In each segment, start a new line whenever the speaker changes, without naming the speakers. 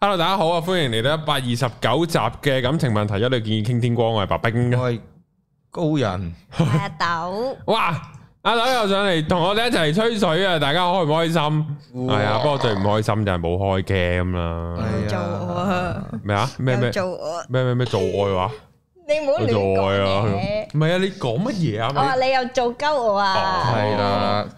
Hello，大家好啊！歡迎嚟到一百二十九集嘅感情問題一律建議傾天光，我係白冰 嘅。
喂，高人，
阿豆，
哇！阿豆又上嚟同我哋一齊吹水啊！大家開唔開心？係啊，不過最唔開心就係冇開 cam 啦。
哎呀，
做我
咩啊？咩咩
又做我，
咩咩咩做愛話？
你唔好亂
做愛啊
講嘢！。哦
唔係啊！你講乜嘢
我話
啊？
你又做鳩我
Ờ,
啊！
係啦，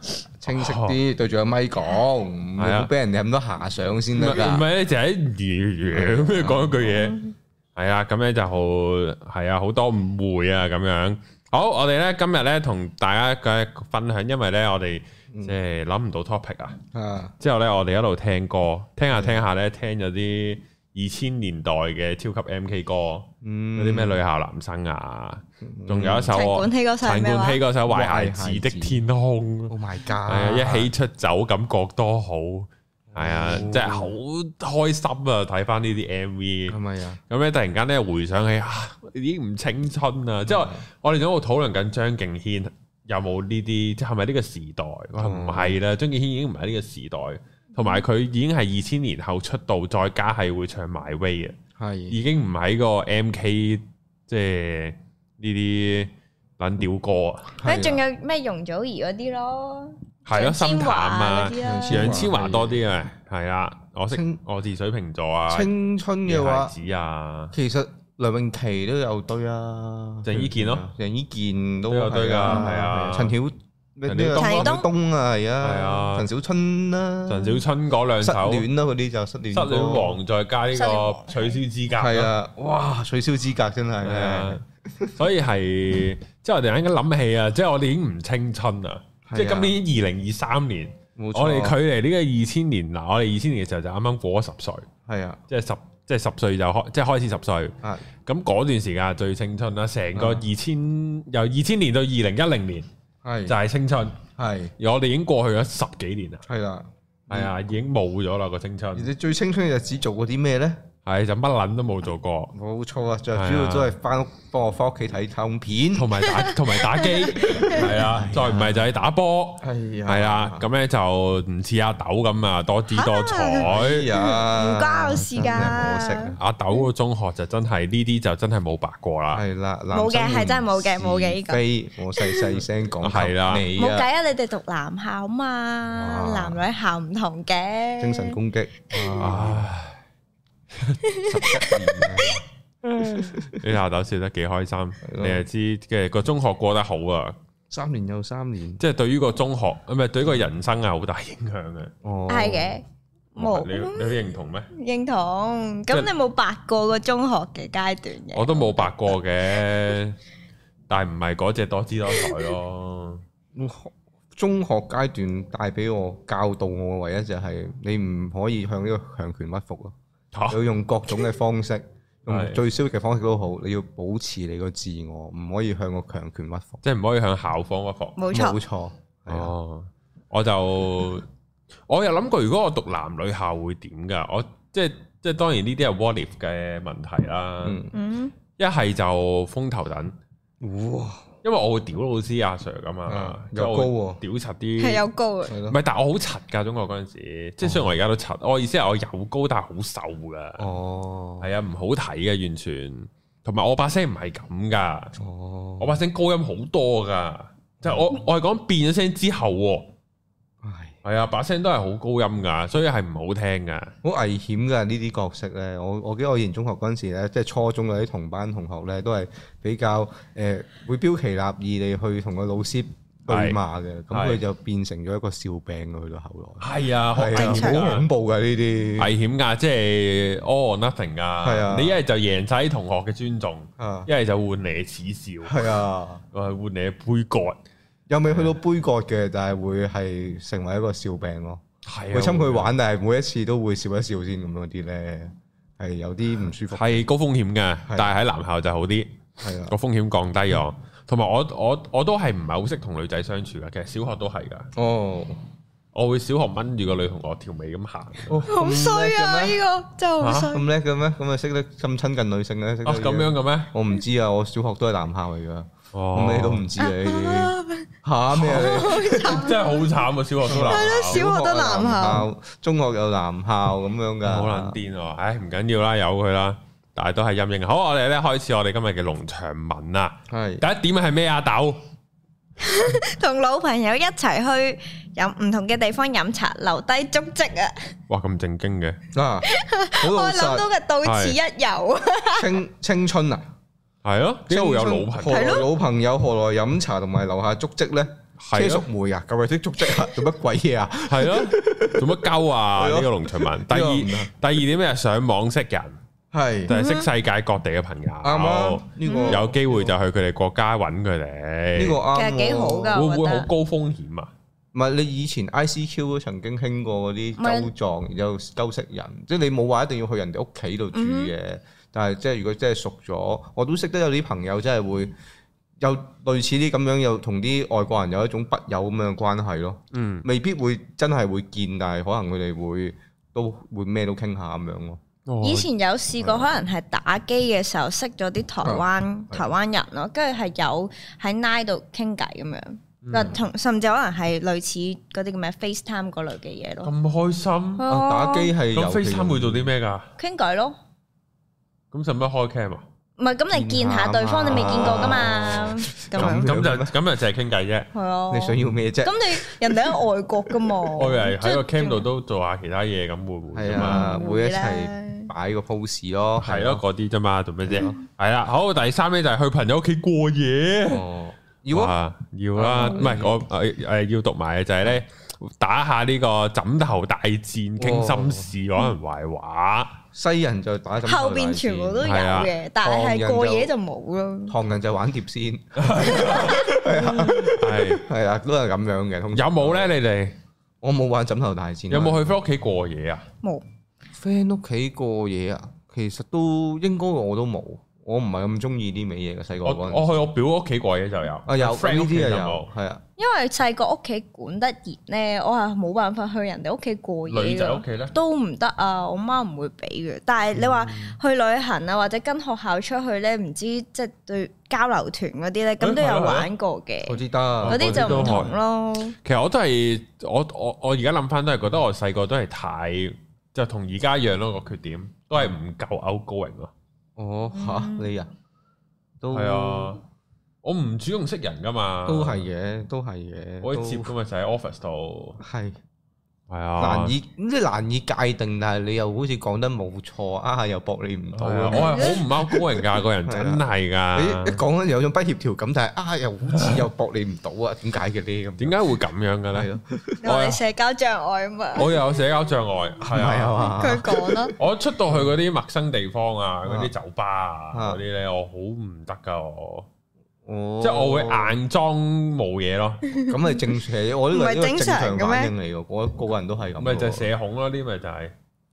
清晰啲，對住個咪講，
係啊。你唔
唔好俾人哋咁多遐想先得㗎。
係唔係你就喺咁樣講一句嘢。係啊，咁咧就好係啊，好多誤會啊咁樣。好，我哋咧今日咧同大家嘅分享，因為咧我哋
嗯
即係諗唔到 topic 啊。之後咧，我哋一路聽歌，聽下聽下咧，聽咗啲二千年代嘅超級 M K 歌，
啊，嗯，
嗰啲咩女校男生啊，
嗯
仲有一首
陳
我
冠希嗰首係
陳
咩
冠
話
希嗰首《壞孩子的天空》，
Oh my
係
god，
啊，一起出走感覺多好，係啊，
哦
真係好開心啊！睇翻呢啲 M V，
係咪啊？
咁咧突然間咧回想起啊，已經唔青春啦。即係我哋喺度討論緊張敬軒有冇呢啲，即係咪呢個時代？我話唔係啦，張敬軒已經唔係呢個時代，同埋佢已經係二千年後出道，再加係會唱埋 way 嘅，
係，
已經唔喺個 M K 即係呢啲撚屌歌啊，
佢仲有咩容祖兒嗰啲咯，
係咯，
張
心
千
淡
嬅
啊
嗰。啲
楊
啦，
千
楊千嬅多啲嘅，係啊，我識
清
我是水瓶座啊，野
青春嘅話，
孩子啊，
其實梁詠琪都有對啊。
鄭伊健咯。
鄭伊健都係啊，
都有對㗎，係啊。
陳曉-
陳曉東咯。
陳曉東啊，係啊，
係啊。
陳小春啦，
陳小春嗰兩首《
失戀啦，嗰啲就失戀
失戀
歌。
王》，再加呢
失戀王
個取消資格，
系，啊，哇！取消資格真係，
係啊，所以係即係我突然間諗起啊，即係我哋已經唔青春啦，
係啊
即係今年二零二三年，
冇錯
我哋距離呢個二千年嗱，我哋二千年嘅時候就啱啱過咗十歲，
係啊，
即係十即係十歲就開即係開始十歲。
啊
咁嗰段時間係最青春啦，成個
啊
二千由二千年到二零一零年就
係
係青春。
係
而我哋已經過去咗十幾年啦，
係啦。
係啊，已經冇咗啦個青
而
春，
你最青春嘅日子做過啲咩咧？
係就乜撚都冇做過，
冇錯啊，就
係啊
主要都係翻屋幫我翻屋企睇卡通片。
同埋打同埋打機，係啊，再唔係就係打波，
係啊，
係啊，咁咧就唔似阿豆咁啊，多姿多
哎
彩。
呀，
唔關我事㗎
真係可惜啊。
阿豆個中學就真係呢啲就真係冇白過啦，
係啦，
冇嘅係真係冇嘅冇嘅呢個
非我細細聲講
係啦
你
冇計
啊，
啊！你哋讀男校嘛，
哇
男女校唔同嘅。
精神攻擊。啊
唉，你阿豆笑得幾開心，
咯
你就知嘅個中學過得好啊，
三年又三年，
即係對於個中學唔係對於個人生啊係好大影響嘅，
哦，
係嘅，冇
你你都認同咩？
認同。
即係
咁你冇白過個中學嘅階段嘅。
我都冇白過嘅，但係唔係嗰只多姿多彩 咯。
中學階段帶俾我教導我嘅唯一就係你唔可以向呢個強權屈服咯，
嚇
要用各種嘅方式，
啊 係
用最消極嘅方式都好，你要保持你個自我，唔可以向個強權屈服。
即係唔可以向校方屈服。
冇
冇錯，
錯，係啊，
哦，我就我有諗過，如果我讀男女校會點㗎？我即係即係當然呢啲係 what if 嘅問題啦。
嗯，
嗯，
一係就風頭等，
哇，
因為我會屌老師阿 Sir 㗎嘛
啊，
即係我
又
會
高喎
屌柒
係
啲。
有高啊，
係
唔
咯，
係，但我好柒㗎，中學嗰陣時，即係雖然我而家都柒，我意思係我有高，但係好瘦㗎。
哦，
係啊，唔好睇嘅完全，同埋我把聲唔係咁噶，
哦，
我把聲高音好多噶，就係我我係講變咗聲之後喎，
唉，
係啊，把聲都係好高音噶，所以係唔好聽噶，
好危險㗎呢啲角色咧，我我記得我以前中學嗰陣時咧，即係初中嗰啲同班同學咧，都係比較誒、呃、會標奇立異地去同個老師對罵嘅，咁
係
佢就變成咗一個笑柄㗎去到後
係啊，好
來，
危
係
險
啊，好恐
㗎
怖㗎呢啲，
危險噶，即係 all or nothing
係
噶
啊，
你一係就贏晒啲同學嘅尊重，
啊
一係就換嚟恥笑，
係啊，
誒換嚟杯葛，
又未去到杯葛嘅，但係會係成為一個笑柄咯。
係啊
會侵佢，玩，但係每一次都會笑一笑先咁嗰啲咧，係有啲唔舒服，
係高風險嘅，但係喺男校就好啲。
係啊
個，風險降低咗，同埋我我我都係唔係好識同女仔相處嘅，其實小學都係噶，
哦，
我會小學掹住個女同學條尾咁 行，
哦
好衰啊！
咁叻嘅咩
呢個真係好衰。
咁叻嘅咩？咁啊識得咁親近女性嘅，識得
哦哦咁樣嘅咩？
我唔知啊，我小學都係男校嚟噶，
哦
咁你都唔知啊呢啲，
啊
吓咩啊你？
真係好慘啊！小學都男校
係咯 小學都男校，
中學有男校咁樣噶，
好撚癲喎！唉，唔緊要啦，由佢啦，但係都係陰影。好，我哋咧開始我哋今日嘅農場文啦。
係
第一點係咩啊？豆
同老朋友一齊去飲唔同嘅地方飲茶，留低足跡啊！
哇咁正經嘅
啊，好老
我諗
實，
到嘅到此一遊啊！
青青春啊，
係咯，點解會有
青
老
春
朋
何
友？
來老朋友，何來飲茶同埋留下足跡咧？車
係
淑
咯
梅啊，舊日的足跡啊，做 乜鬼嘢啊？
係咯，做乜鳩啊？
係咯
呢個農場文。第
呢個
二
唔得
第二點係上網識人，
係
就係識世界各地嘅朋友。
啱啊，呢個
哦嗯有機會就去佢哋國家揾佢哋。
呢個啱
其
喎，
實幾好㗎
會唔
我覺
會
得
好高風險啊？
唔係你以前 ICQ 都曾經興過嗰
唔
啲
係
周撞，然之後鳩識人，即係你冇話一定要去人哋屋企度住
嗯
嘅，但係即係如果真係熟咗，我都識得有啲朋友真係會有類似啲咁樣，又同啲外國人有一種筆友咁樣嘅關係咯，
嗯，
未必會真係會見，但係可能佢哋會都會咩都傾下咁樣咯。
哦
以前有試過，可能係打機嘅時候識咗啲台灣
係
台灣人咯，跟住係有喺 Line 度傾偈咁樣，
Ừ.
嗱同甚至可能係類似嗰啲咁嘅 FaceTime 嗰類嘅嘢咯，
咁開心，
哦
啊打機係有
咁 FaceTime 會做啲咩㗎？
傾偈咯。
咁使乜開 cam 啊？
唔係咁，你見下對方，你未見過噶嘛？咁
咁
樣
咁就咁就淨係傾偈啫。
係啊。
你想要咩啫？
咁你人哋喺外國噶嘛？
我以為喺個
即係
cam 度都做下其他嘢，咁會唔會
係
啫嘛？
啊，
嗯
會一
會
齊擺個 pose 咯，
係咯，，嗰啲啫嘛，做咩啫？係啊啦，好，第三咧就係去朋友屋企過夜。
哦，如果
哇要啊哦啦，唔係我誒誒要讀埋嘅就係咧打下呢個枕頭大戰，傾心事，講人壞話。
西人就打咁
後邊全部都有
係啊
嘅，但係過夜就冇咯。
唐人就玩碟仙。
係
系啊，都係咁樣嘅。通
有
常
冇？咧？你哋
我冇玩枕頭大戰。啊
有冇去 friend 屋企過夜啊？
冇
friend 屋企過夜啊？其實都應該我都冇，我唔係咁中意啲味嘢嘅。細個
我
嗰陣
我去我表屋企過夜就有，
啊有呢
friend 屋企
啲
就
啊
冇
有，。係啊，
因為細個屋企管得嚴咧，我係冇辦法去人哋屋企過夜
女仔屋
㗎
企嗯咧，
都唔得啊！我媽唔會俾嘅。但係你話去旅行啊，或者跟學校出去咧，唔知即係對交流團嗰啲咧，咁都
係啊係啊
有玩過
我
嘅。
知
嗰
得。
啲就唔同咯。
其實我都係我我我而家諗翻都係覺得我細個都係太就同而家一樣咯個缺點，都係唔夠 outgoing 咯。
哦吓
嗯
你啊，都
係啊，我唔主動識人噶嘛，
都係嘅，都係嘅。
我可以接
都
噶嘛，就喺 office 度。
係
係啊，
難以即係難以界定，但係你又好似講得冇錯啊，又駁你唔
係
到
啊，
咁
我係好唔 outgoing 㗎，個人真 係
你
㗎
一。講咧有種不協調感，但係啊又好似又駁你唔到啊，點解嘅咧咁？
點解會咁樣嘅
係
咧？
咯？
你話你社交障礙啊嘛？
我又有社交障礙，
唔
係
係
啊。
啊嘛？
佢講啦，
我出到去嗰啲陌生地方啊，嗰啲酒吧啊，
啊
嗰啲咧，我好唔得㗎，我
哦
即係我會 硬裝冇嘢咯。
咁係正常，我呢個
唔係
係一個
正
正
常
常
嘅咩
反應嚟嘅，我個個人都係咁。
咪就係社恐咯，呢咪就係。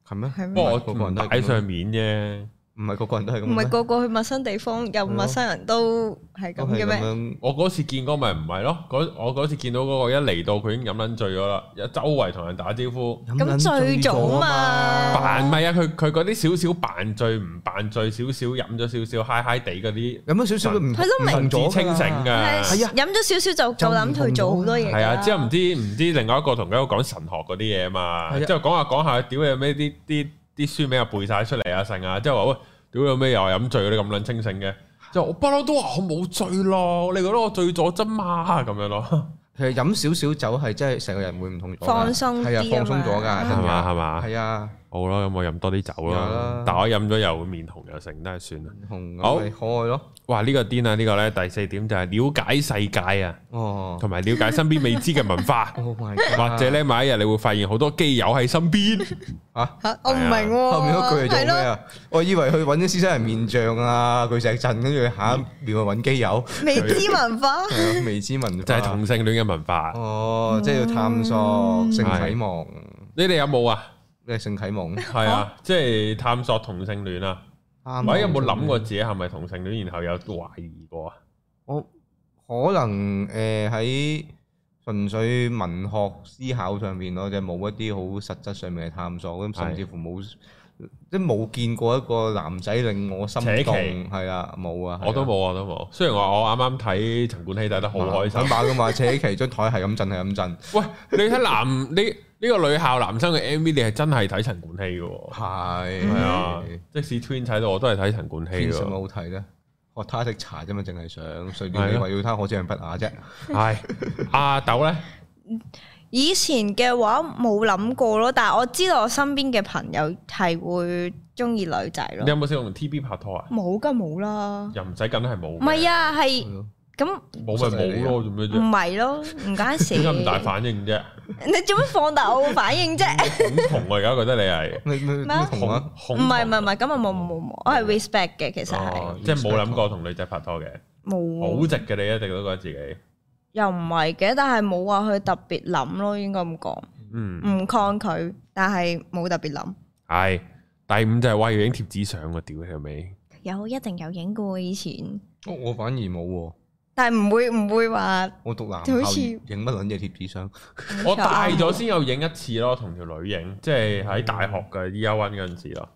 係咩？
係咩
不過我
個個
唔
人都係咁啊
擺上面啫，
唔係個個人都係咁。
啊
唔係個個去陌生地方有陌生人都係
都係
咁嘅
咁
咩？
樣。
我嗰次見嗰個咪唔係咯，嗰我嗰次見到嗰個一嚟到佢已經飲撚醉咗啦，一周圍同人打招呼，
咁醉咗嘛
扮咪啊！佢佢嗰啲少少扮醉唔扮醉，少少飲咗少少嗨嗨地嗰啲，
飲咗少少都唔
佢都明
神志
咗
清醒
㗎啦。
㗎。
係啊
飲咗少少就夠膽去做好多嘢㗎
係
啦。
啊，之後唔知唔知另外一個同佢喺度講神學嗰啲嘢嘛，
係啊
之後講下講下，屌你咩啲啲啲書名又背晒出嚟啊剩啊，之後話喂，屌你咩又係飲醉嗰啲咁撚清醒嘅，之後我不嬲都話我冇醉咯，你覺得我醉咗啫嘛咁樣咯。
其實飲少少酒係真係成個人會唔同咗㗎。
放鬆啲
係啊，
啊
放鬆
嘛
咗㗎，
係
真
嘛
㗎
係嘛，
係啊，
好啦，咁我飲多啲酒
有
啦
啦。
但我飲咗又會面紅又成，都係算啦。
紅
好
咁咪可愛咯。
哇！呢、個癲啊，呢、個呢第四點就係了解世界啊，
哦，
同埋了解身邊未知嘅文化
，Oh my god！
或者呢，某一日你會發現好多基友喺身 邊。
嚇，
嚇我唔
à?
明喎。
後面嗰句係做
係
咩
咯，
啊？我以為去揾啲獅身人面像啊、巨石陣，跟住下一秒去揾基友，
未知文化。
係啊未知文化。
就係同性戀嘅文化。
哦，即係要探索性啟蒙，
你哋有冇啊？
咩性啟 蒙？
係啊，即係探索同性戀啊。或者有冇諗過？自己係咪同性戀，然後有懷疑過啊？
我可能誒喺純粹文學思考上面咯，就冇一啲好實質上面嘅探索，咁甚至乎冇即係冇見過一個男仔令我心
扯旗
動，係啊，冇啊，係啊
我都。冇，我都冇。雖然話我啱啱睇陳冠希睇得好開心
啊
想，把噶嘛，扯旗張台係咁震，係咁震，
喂，你睇男呢呢個女校男生嘅 M V，你係真係睇陳冠希嘅喎，
係
係啊，即使 Twin 睇到我都係睇陳冠希
天
嘅
使
喎，
好睇咧？學他的茶啫嘛，淨係想隨
係啊
便你話要他可這樣不雅啫。
係阿豆咧，
以前嘅話冇諗過咯，但係我知道我身邊嘅朋友係會中意女仔
你有
咯，
冇試過同 T B 拍拖啊？
冇噶冇啦，
又唔使梗係冇嘅，
唔係啊，係
係咯
咁
冇咪冇咯，做咩
唔嗯
啫？
係咯，唔關事。
點解 咁大反應 啫？
你做乜放大我嘅反應 啫？
恐同我而家覺得你係
你你你
咩啊
同啊？
恐
唔係唔係唔係，咁啊冇冇冇冇，我係 respect 嘅，其實係
哦，即係冇諗過同女仔拍拖嘅，好
冇，
直嘅你一直都覺得自己，
又唔係嘅，但係冇話去特別諗咯，應該咁講，
嗯。
唔抗拒，但係冇特別諗。
系第五就係話要影貼紙相喎，屌你老味！
有一定有影過以前，
我哦我反而冇喎，
但係唔會唔會話啊
我讀男校
就好似
影乜撚嘢貼紙 相，
我大咗先有影一次咯，同條女影，即係喺大學嘅 E R One 嗰陣時咯，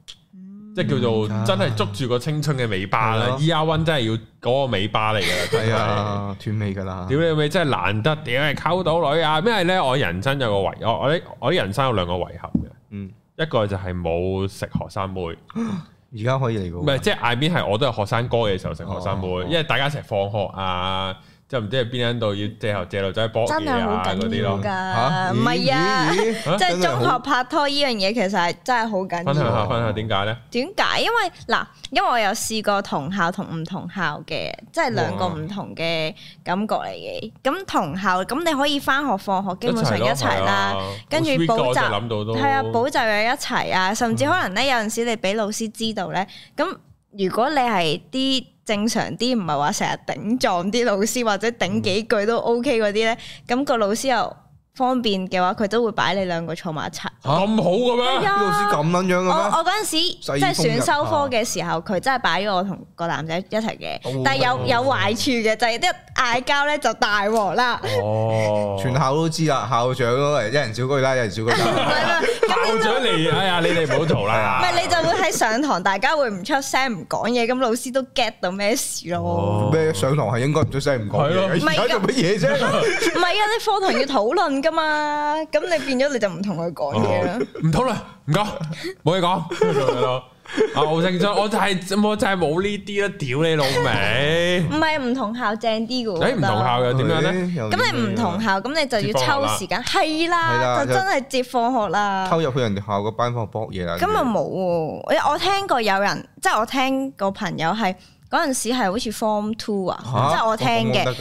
即係叫做
嗯嗯
真係捉住個青春嘅尾巴
係
啦
咯
！E R One 真係要嗰個尾巴嚟噶啦，
係
係
啊，斷尾㗎啦。
屌你老味，真係難得，屌係溝到女啊！因為咧，我人生有個遺，我我啲我啲人生有兩個遺憾嘅，
嗯，
一個就係冇食學生妹，唔
而家可以嚟㗎喎。
係即係 I mean 係我都係學生哥嘅時候食學生妹
哦，
因為大家一齊放學啊，即係唔知喺邊一度要借頭借路仔搏
真
嘢
係
啊
好
嗰
緊
啲咯
要。
嚇
㗎，唔
咦咦
係啊，
啊
咦
即係
真係
中學
好
拍拖呢樣嘢其實係真係好緊
分享
要
下。分享點解咧？
點解？因為嗱，因為我有試過同校同唔同校嘅，即係兩個
哇
唔同嘅感覺嚟嘅。咁同校咁你可以翻學放學基本上一齊
啊
啦，，跟住補習
諗到都
係啊，補習又一齊啊，甚至可能咧有陣時你俾老師知道咧，咁如果你係啲正常啲，唔係話成日頂撞啲老師或者頂幾
嗯
句都 OK 嗰啲咧，咁個老師又方便嘅話，佢都會擺你兩個坐埋一齊。
咁好嘅咩？
啲啊老師咁撚樣嘅
我
咩？
我嗰陣時
世風日
即
下
係選修科嘅時候，佢真係擺咗我同個男仔一齊嘅
哦，
但係有有壞處嘅就係一嗌交咧就大鑊 啦。
哦，
全校都知啦，校長都係一人少句啦，一人少 哦句
唔
啦。
係唔係
校長嚟，哎呀，你哋唔好嘈
唔
啦。
係你就會喺上堂大家會唔出聲唔講嘢，咁老師都 get 到咩事咯？
哦
咩上堂係應該唔出聲唔講
係咯
嘢，而家做乜嘢啫？
唔係啊，你課堂要討論噶嘛，咁你變咗你就唔同佢講嘢啦。
唔討論，唔講，冇嘢講咁樣 咯。啊，好正常，我就係我就係冇呢啲啦，屌你老 味！
唔係唔同校正啲嘅
誒，
喎，
唔同校
嘅。
又啊點樣咧？
又點樣
咁你唔同校，咁你就
接放學
要
啦
抽時間，係
係
啦，
啦
就真係接放學啦。
偷入去人哋校個班房搏嘢啦？
咁啊冇喎，我我聽過有人，即係我聽個朋友係嗰陣時係好似 form two 啊，
嚇
即係我聽
咁
嘅，
得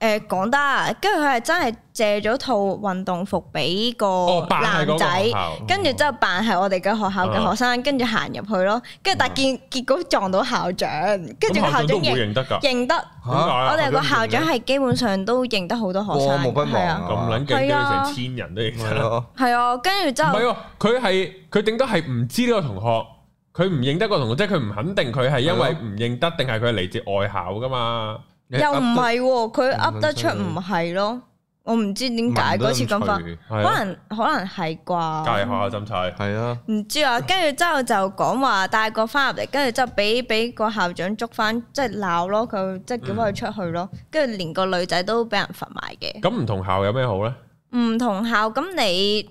㗎。
誒講得，啊跟住佢係真係借咗套運動服俾個
哦，扮係嗰
男
個學
仔，
校
跟住之後扮係我哋嘅學校嘅學生，跟住行入去咯，跟住但見結果撞到校長，跟
咁
住個
校長
校
都
長
唔會
認
認得㗎。
認得，
嚇
點解啊
我哋有個校長係基本上都認得好多學
過
生，
目不忘
係啊，
咁撚勁，都
係
要
啊
成千人都認
係
得。
咯，
係啊，跟住之
唔
後
係。喎，佢係佢頂多係唔知呢個同學，佢唔認得個同學，即係佢唔肯定佢係因為
係咯
唔認得定係佢係嚟自外校噶嘛？
又唔
係
係喎，佢
噏得
噏得出唔係咯，我唔知點解嗰次咁法，
係
係
可
啊，
能可能係
隔離學
啩，
校浸晒。
啊，
唔知啊。跟住之後就講話帶個翻入嚟，跟住之後俾俾個校長捉翻，即係鬧咯佢，即係叫佢出去咯。跟住連個女仔都俾人罰埋嘅。
咁唔同校有咩好咧？
唔同校咁你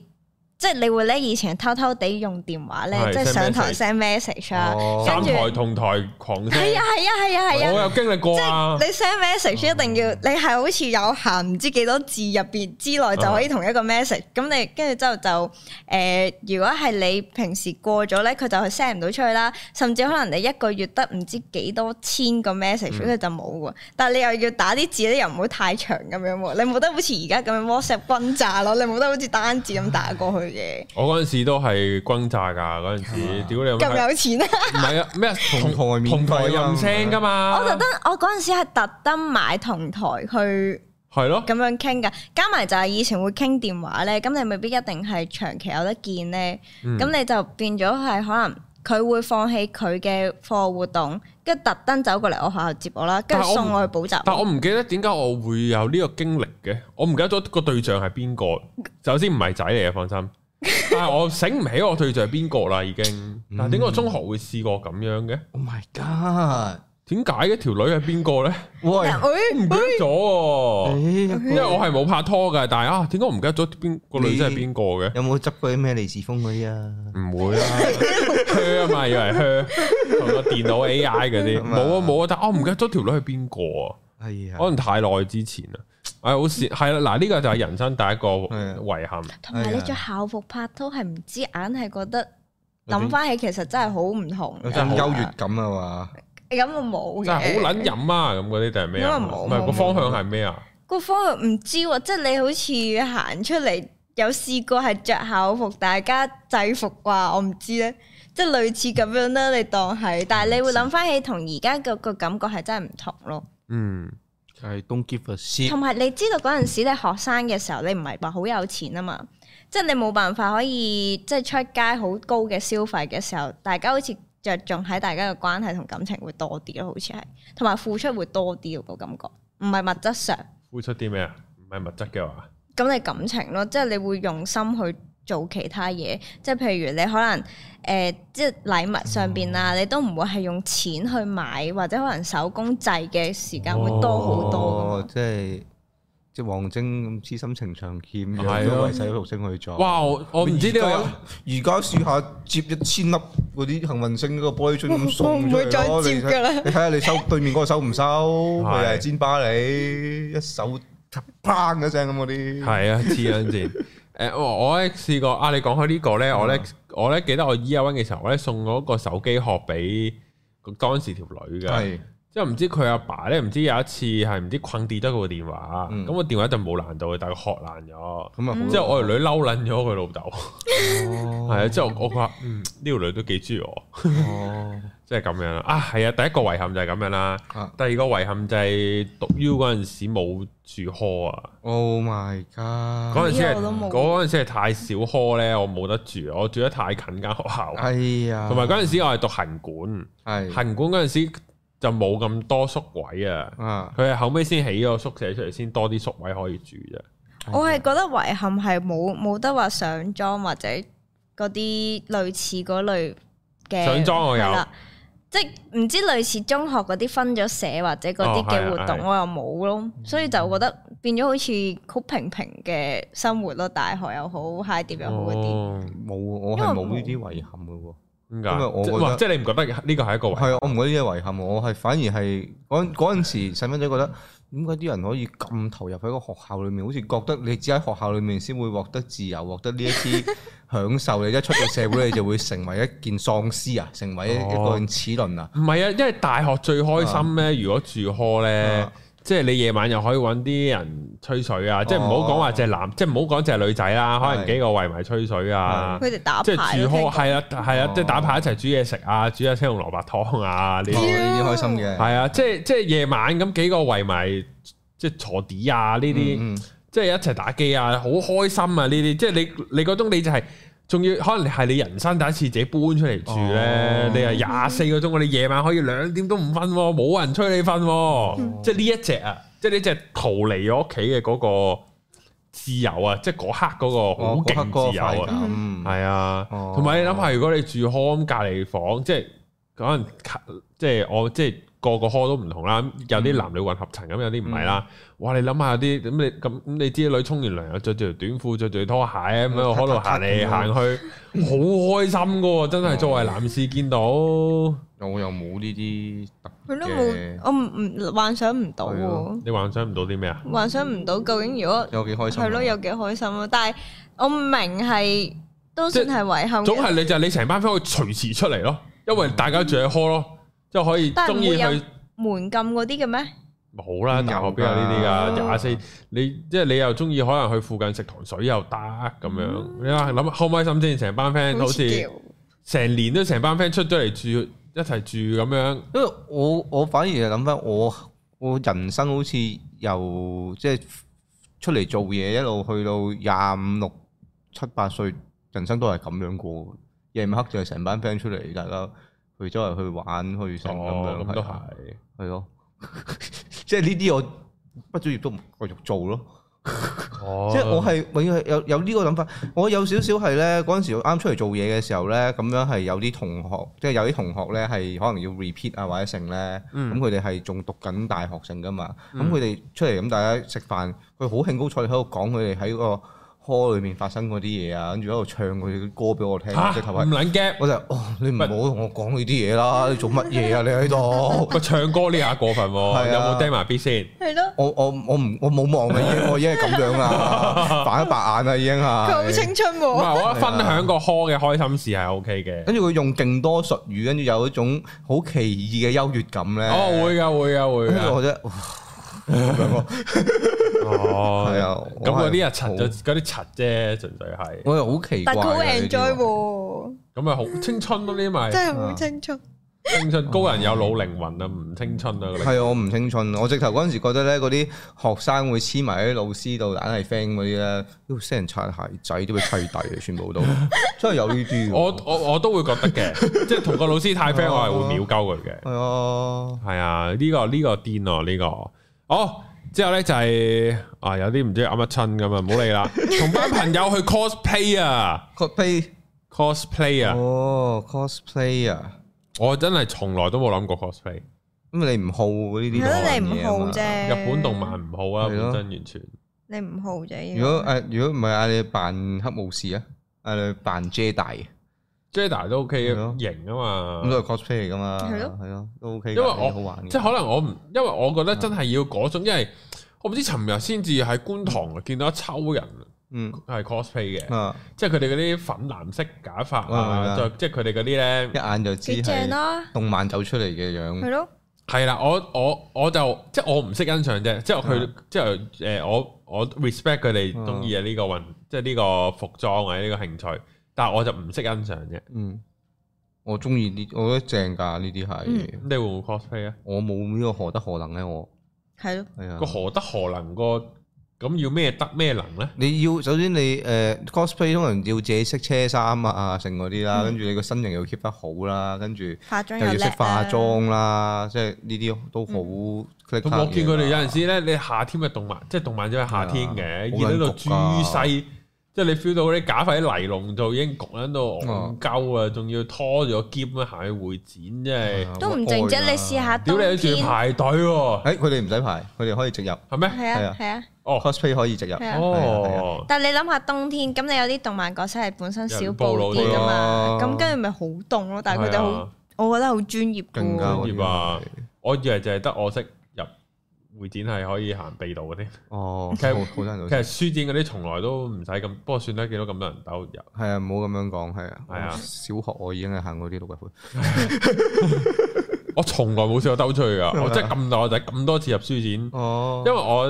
即係你會咧，以前偷偷地用電話咧
係，
即係
send
上堂
message
send message 啊，
哦
三
跟住
台同台狂聲，
係啊係啊係啊係啊
我。有經歷過啊
你。send message 一定要，你係好似有限唔知幾多字入邊之內就可以同一個 message。咁你跟住之後就誒、呃如果係你平時過咗咧，佢就係 send 唔到出去啦。甚至可能你一個月得唔知幾多千個 message，佢就冇喎。但係你又要打啲字咧，又唔好太長咁樣喎。你冇得好似而家咁樣 WhatsApp 轟炸咯，你冇得好似單字咁打過去嘅。
我嗰陣時都係轟炸㗎，嗰陣時屌你
咁
媽，
有錢啊！
唔係啊咩
同台面
同台
對啊
任聲㗎嘛
我，特登，我嗰陣時係特登買同台去。
係咯，
咁樣傾噶，加埋就係以前會傾電話咧，咁你未必一定係長期有得見咧，咁、
嗯
你就變咗係可能佢會放棄佢嘅課外活動，跟住特登走過嚟我學校接我啦，跟
但係我
住
唔
送我去補習。
但我唔記得點解我會有呢個經歷嘅，我唔記得咗個對象係邊個。首先唔係仔嚟嘅，放心。但係我醒唔起我對象係邊個啦，已經。但係點解我中學會試過咁樣嘅？
Oh my god！
點解嘅條女係邊個呢？
喂，
唔
喂
記得咗喎，因為
咦
我係冇拍拖嘅。但係啊，點解我唔記得咗邊個女仔係邊個嘅？
有冇執過啲咩利是封嗰啲啊？
唔會啦，靴啊嘛，以為靴同個電腦 AI 嗰啲，
咁啊
冇啊冇啊，但我唔記得咗條女係邊個啊？
係
可
啊，
能太耐之前啦。唉，好蝕係啦，嗱呢個就係人生第一個
啊
遺憾。
同埋
啊
你着校服拍拖係唔知，硬係覺得諗翻起其實真係好唔同
有
嘅。
種優越感啊嘛！
咁我冇
真係
嘅，
好撚飲啊！咁嗰啲定係咩啊？
因為冇
唔係
冇
個方向係咩啊？
個方向唔知喎，即係你好似行出嚟有試過係着校服，大家制服啩，我唔知咧，即係類似咁樣啦，你當係，但係你會諗翻起同而家個個感覺係真係唔同咯。
嗯，
就係 don't give a shit
同埋你知道嗰陣時你學生嘅時候，你唔係話好有錢啊嘛，即係你冇辦法可以即係出街好高嘅消費嘅時候，大家好似着重喺大家嘅關係同感情會多啲咯，好似係，同埋付出會多啲個感覺，唔係物質上，
付出啲咩啊？唔係物質嘅話，
咁你感情咯，即係你會用心去做其他嘢，即係譬如你可能誒、呃即係禮物上邊啊，你都唔會係用錢去買，或者可能手工製嘅時間會多好多㗎嘛
哦，即係即係王晶咁痴心情長劍，
係
樣
啊
都為細路星去做。
哇！我我唔知呢個。
而家樹下接一千粒嗰啲幸運星嗰個玻璃樽咁
我
送
唔
出
會
嚟
再
咯
接
你睇
㗎啦
你睇下你收對面嗰個收唔收？
係
佢又係煎巴你，一手砰一聲咁嗰啲。
係啊，黐撚 線。誒，我我咧試過啊，你講開呢個咧，我咧我咧記得我 year one 嘅時候，我咧送咗個手機殼俾個當時條女嘅，
係
之後唔知佢阿爸咧，唔知有一次係唔知困跌咗佢個電話，
嗯
咁個電話就冇爛到嘅，但係個殼爛咗。
咁啊好咯，
之後我條女嬲撚咗佢老豆，
哦
係
係
啊，之後我話嗯呢條女都幾中意我，
哦，
即係咁樣啦。啊，係啊，第一個遺憾就係咁樣啦。
啊
第二個遺憾就係讀 U 嗰陣時冇住 hall 啊。
，Oh my
嗰
god！
陣時係
呢個我都冇
嗰陣時係太少科咧，我冇得住，我住得太近間學校，
哎呀，
同埋嗰陣時我係讀行管，
係
行管嗰陣時就冇咁多宿位啊，
啊，
佢係後尾先起咗個宿舍出嚟，先多啲宿位可以住啫。
我係覺得遺憾係冇冇得話上妝或者嗰啲類似嗰類嘅
上妝我有
係啦，即係唔知類似中學嗰啲分咗社或者嗰啲嘅活
哦係啊係
動，我又冇咯，所以就覺得變咗好似好平平嘅生活咯，大學又好，high 碟又好嗰啲。
哦，
冇，我係冇呢啲遺憾嘅喎。
點解
因為我？
即
覺得
哇即係你唔覺得呢個係一個遺憾？
係啊，我唔覺得呢啲遺憾，我係反而係嗰嗰陣時細蚊仔覺得點解啲人可以咁投入喺個學校裏面，好似覺得你只喺學校裏面先會獲得自由，獲得呢一啲 享受。你一出到社會，你就會成為一件喪屍啊，成為一
哦
一個齒輪啊。
唔係啊，因為大學最開心咧，如果住科咧
啊，哦
即係你夜晚又可以揾啲人吹水啊，即係唔好講話隻男，即係唔好講隻女仔啦，可能幾個圍埋吹水啊。
佢哋打
即
牌
係住
咯聽
開
講
係啊係啊
哦，
即係打牌一齊煮嘢食啊，煮下青紅蘿蔔湯啊呢
哦
啲，
呢啲開心嘅，
係啊，即係即係夜晚咁幾個圍埋即係坐地啊呢啲，
嗯嗯
即係一齊打機啊，好開心啊呢啲，即係你你嗰種你就係。仲要可能係你人生第一次自己搬出嚟住咧，
哦
你係廿四個鐘，你夜晚可以兩點都唔瞓喎，冇人催你瞓
嗯
喎，即係呢一隻啊，即係呢隻逃離我屋企嘅嗰個自由啊，即係嗰刻嗰個好
我嗯哦嗰刻嗰
勁
個
自由
快
啊
感。。嗯
系啊，
哦
同埋你諗下，如果你住 hall 咁隔離房，即係可能即係我即係個個 hall 都唔同啦，有
嗯
啲男女混合層咁，有啲唔係啦。哇！你諗下有啲咁你咁咁你知女沖完涼又着住條短褲，着住拖鞋咁喺
嗯
個 hall 度行 嚟行去，好開心噶喎！真
嗯
係作為男士見到，
我又冇呢啲特
佢
別
都
嘅
冇，，我唔唔幻想唔到
係咯
喎，
你幻想唔到啲咩啊？
幻想唔到究竟如果。
有幾開心啊。
係咯，有幾開心咯。但係我唔明係都算係遺憾嘅，
總係你就係你成班 friend 可以隨時出嚟咯，因為大家住喺 hall 咯，即係可以
但係
中
唔
意
會有
去。
門禁嗰啲嘅咩？
冇啦，
有
大學邊有呢啲㗎？廿四，你即係你又中意，可能去附近食糖水又得咁樣。你話諗下開唔開心先？成班 friend 好似
叫
成年都成班 friend 出咗嚟住一齊住咁樣，
因為我我反而係諗翻我我人生好似由即係出嚟做嘢一路去到廿五六七八歲，人生都係咁樣過。夜晚黑就係成班 friend 出嚟，大家去周圍去玩去成咁
哦
樣，
咁都
係
係
啊係咯。 即係呢啲我畢咗業都唔繼續做咯。
哦
即係我係永遠係有有呢個諗法，我有少少係咧嗰陣時我啱出嚟做嘢嘅時候咧，咁樣係有啲同學，即係有啲同學咧係可能要 repeat 啊或者剩咧，
嗯
咁佢哋係仲讀緊大學剩噶嘛，咁佢哋出嚟咁大家食飯，佢好興高采烈喺度講佢哋喺個 hall 裏面發生嗰啲嘢啊，跟住喺度唱佢哋啲歌俾我聽，
吓
直頭
唔
係
撚 gap，
我就哦你唔好同我講呢啲嘢啦，你做乜嘢啊你喺 度？
喂唱歌呢下過分喎，
係啊
有冇 d 埋 B 先？
係咯，
我我我唔我冇望啦，啊已經我已經係咁樣啦，反一白眼啦已經係。
佢好青
唔
春
係，
啊
喎，
我覺得分享個 call 嘅開心事係 O K 嘅。
跟住佢用勁多術語，跟住有一種好奇異嘅優越感咧。
哦，會噶，會噶，會
跟住
噶。
我覺得，哇咁樣咯
哦，
係啊
咁嗰啲啊，
我係
柒咗嗰啲柒啫，純粹係。
我又好奇怪
但
嘅。
佢好
呢啲
enjoy 喎，
咁啊，好青春咯，呢咪
真係
啊
好青春。
青春。高人有老靈魂啊，唔青春啊。嗰啲
係啊我唔青春，我直頭嗰陣時覺得咧，嗰啲學生會黐埋喺老師度，硬係 friend 嗰啲咧，都死人擦鞋仔，都俾契弟啊，全部都真係有呢啲嘅。
我我我都會覺得嘅， 即係同個老師太 friend，我係
哦
會秒鳩佢嘅。
係啊，
係啊，呢個呢個癲哦，呢個哦。之後咧就係啊，有啲唔知噏乜親咁啊，唔好理 啦。同班朋友去 cosplay 啊
cosplay
，cosplay 啊，
哦，cosplay 啊，
我真係從來都冇諗過 cosplay。
咁你唔好呢啲
係咯，
可
你
能
唔
嘢啊
好
嘛
啫。
日本動，漫唔好啊，
係
本
咯
身完全。
你唔好啫。
如果誒，如果唔係嗌你扮黑武士啊，嗌你扮 J 大，
Jada 都 OK
係咯嗯
嘅，型啊
咁
嘛。
都係 cosplay 嚟噶嘛，
係咯
係咯，都 OK 㗎。
因為
幾好
我
玩嘅，
即係可能我唔，因為我覺
嗯
得真係要嗰種，因為我唔知尋日先至喺觀塘啊見到一抽人
嗯
係 cosplay 嘅，
啊，
即係佢哋嗰啲粉藍色假髮啊，
啊
就即係佢哋嗰啲咧
一，眼就知
幾正
係嗯
啦，
動漫走出嚟嘅樣
係，咯，
啊係啦，我我我就即係我唔識欣賞啫，即係佢
啊
即係誒我我 respect 佢哋中意嘅呢個運，即係呢個服裝或者呢個興趣，但係我就唔識欣賞啫。
嗯，我中意呢，我覺得正㗎呢啲係
咁，你會唔會 cosplay 啊？
我冇呢個何德何能咧，我
係咯，
係啊
個。何德何能個咁要咩德咩能咧？
你要首先你誒、cosplay 呃通常要自己識車衫啊，剩嗰啲
嗯
啦，跟住你個身形又要 keep 得好啦，跟住又
化
啊
妝
要
又
識
叻啊
化
啦。
妝啦，即係呢啲都好 click
嗯咁我見佢哋有陣時咧，你夏天嘅動漫，即係動漫就係夏天嘅，
係啊
熱到度
啊好撚焗㗎
豬西，即係你 feel 到啲假髮喺尼龍度已經焗緊到
哦
戇鳩啊，仲要拖住個肩行去會展，真
啊
係
都唔靜
啊
啫，你試下冬
屌
天
你仲要排隊喎，
誒，佢哋唔使排，佢哋可以直入
係咩？
係
係
啊
啊
係啊，
哦
cosplay 可以直入，
係啊
哦，
但係你諗下冬天，咁你有啲動漫角色係本身少布啲
有啲暴
噶嘛，
露啲咯
咁跟住咪好凍咯。但係佢哋
係
好
啊，
我覺得好專業㗎
更加
專
喎。
業啊！我以為就係得我識入會展係可以行秘道嗰啲，
哦，
其實
好好多人都
其實書展嗰啲從來都唔使咁，不過算啦，見到咁多人兜入。
係啊，唔好咁樣講，係啊，
係啊
我小學我已經係行過啲六合會，
我從來冇試過兜出 去噶，
咪啊
我真係咁大個仔咁多次入書展，
哦
因為我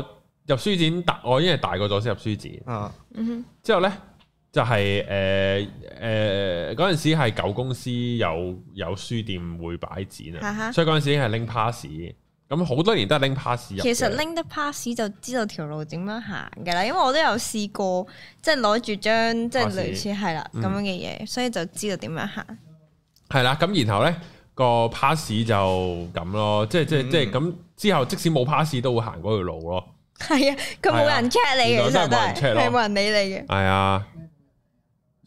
入書展大，我已經係大個咗先入書展。
啊，
嗯
之後呢，就係誒誒嗰陣時係舊公司有有書店會擺展
哈
啊，
哈
所以嗰陣時係拎 pass，咁好多年都係拎 pass 入嘅。
哼其實拎得 pass 就知道條路點樣行㗎啦，因為我都有試過，即係攞住張即係
Pass
類似係啦咁樣嘅嘢，
嗯
所以就知道點樣行。
係啦，咁然後呢個 pass 就咁咯，即係即
嗯
係即係咁之後，即使冇 pass 都會行嗰條路咯。
係啊，佢冇人 check 你
原來
嘅，其實
真
都
係冇人
係
check 咯
係冇人理你嘅。
係啊，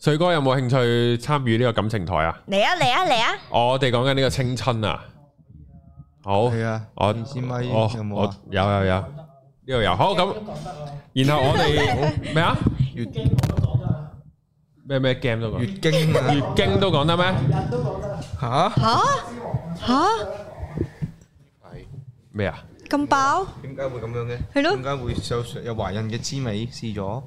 水哥有冇興趣參與呢個感情台啊？
嚟啊嚟啊嚟啊！
我哋講緊呢個青春啊，好，
係啊，
我
二千米
我
有
哦
冇
我
啊？
有有有呢度有，好咁，然後我哋咩啊？
月
咩咩 game 都講，
月
月
經啊，
經都講得咩？
嚇
吓吓
咩啊？
咁爆？
點解會咁樣嘅？
係咯
點解會有有懷孕嘅滋味試咗？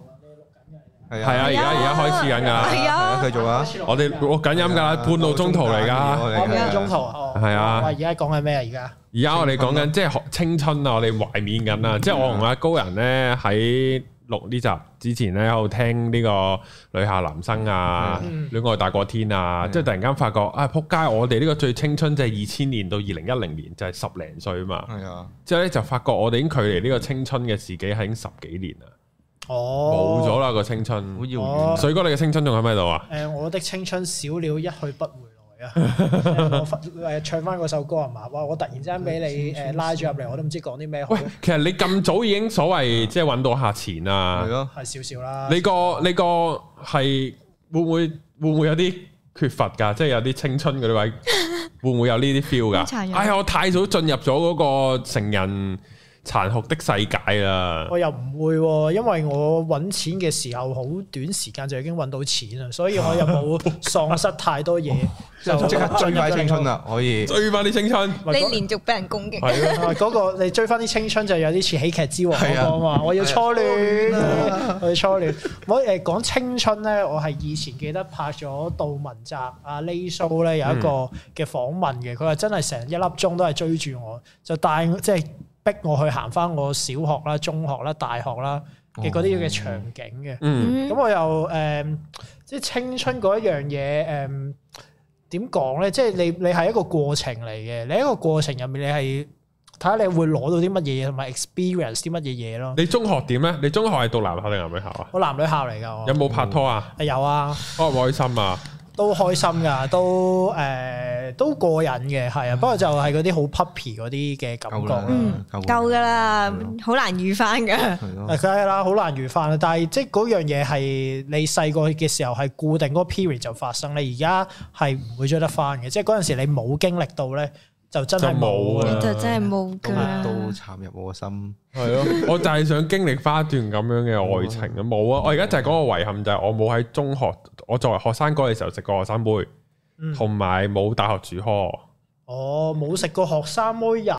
係
係啊，而家而家開始緊㗎啦，
係
係
啊
啊，繼續啊，
我哋錄緊音㗎啦，半路中途嚟㗎。
我半個鐘頭啊，哦
係啊
喂，而家講緊咩啊？而家
而家我哋講緊即係學青春啊，我哋懷緬緊啊！即係我同阿高人咧喺錄呢集之前咧，喺度聽呢個女校男生啊、
嗯
戀愛大過天啊，即係突然間發覺啊，撲街！我哋呢個最青春就係二千年到二零一零年，就係十零歲嘛。
係啊，
之後咧就發覺我哋已經距離呢個青春嘅時機係已經十幾年啦。
哦，
冇咗。啦個青春
好。
哦
遙遠。
水哥，你嘅青春仲喺咪度啊？
誒，我的青春小鳥一去不回來 啊！我忽誒唱翻嗰首歌係嘛？哇！我突然之間俾你誒拉咗入嚟，我都唔知講啲咩好
喂，，其實你咁早已經所謂即係揾到客錢
係
啊！
咯，
係少少啦。
你個你個係會唔會會唔會有啲缺乏㗎？即係有啲青春嗰啲位，會唔會有呢啲 feel
好殘
㗎？
忍
哎呀，我太早進入咗嗰個成人殘酷的世界啦！
我又唔會喎，因為我揾錢嘅時候好短時間就已經揾到錢啦，所以我又冇喪失太 多嘢，就
即刻追翻青春。啊啦，可以。
追翻啲青春，
唔係嗰
你連續俾人攻擊，
係咯。
啊 嗰個你追翻啲青春就有啲似喜劇之王嗰個啊嘛，我要初戀，啊我要初戀。 我誒講青春咧，我係以前記得拍咗杜汶澤阿 Lay Show 咧有一個嘅訪問嘅，佢話真係成一粒鐘都係追住我，就帶 即係逼我去行翻我小學啦、中學啦、大學啦嘅嗰啲嘅場景嘅。
嗯，
Ừ.
咁我又誒、嗯即係青春嗰一樣嘢誒點講咧？即係你你係一個過程嚟嘅，你喺一個過程入面，你係睇下你會攞到啲乜嘢嘢，同埋 experience 啲乜嘢嘢咯。
你中學點咧？你中學係讀男校定男女校啊？
我男女校嚟㗎，我
有冇拍拖啊？
係有啊，
開唔開心啊？
都開心㗎，都誒、呃都過癮嘅，係啊。不過就係嗰啲好 puppy 嗰啲嘅感
夠
覺
啦
咯。
嗯，
夠
夠噶啦
係，
好難遇翻噶。
係咯
誒，梗啊係啦，好難遇翻啦。但係即係嗰樣嘢係你細個嘅時候係固定嗰個 period 就發生，你而家係唔會追得翻嘅。即係嗰陣時你冇經歷到咧，就真係冇啊
就冇
㗎
啦
啦。
就真係冇
都
啊
都
㗎，
插入我心。
系咯， 我就係想經歷花一段咁樣嘅愛情啊！冇啊！我而家就係嗰個遺憾就係我冇喺中學，我作為學生哥嘅時候食過學生妹，
嗯
同埋冇大學主科。
我哦冇食過學生妹又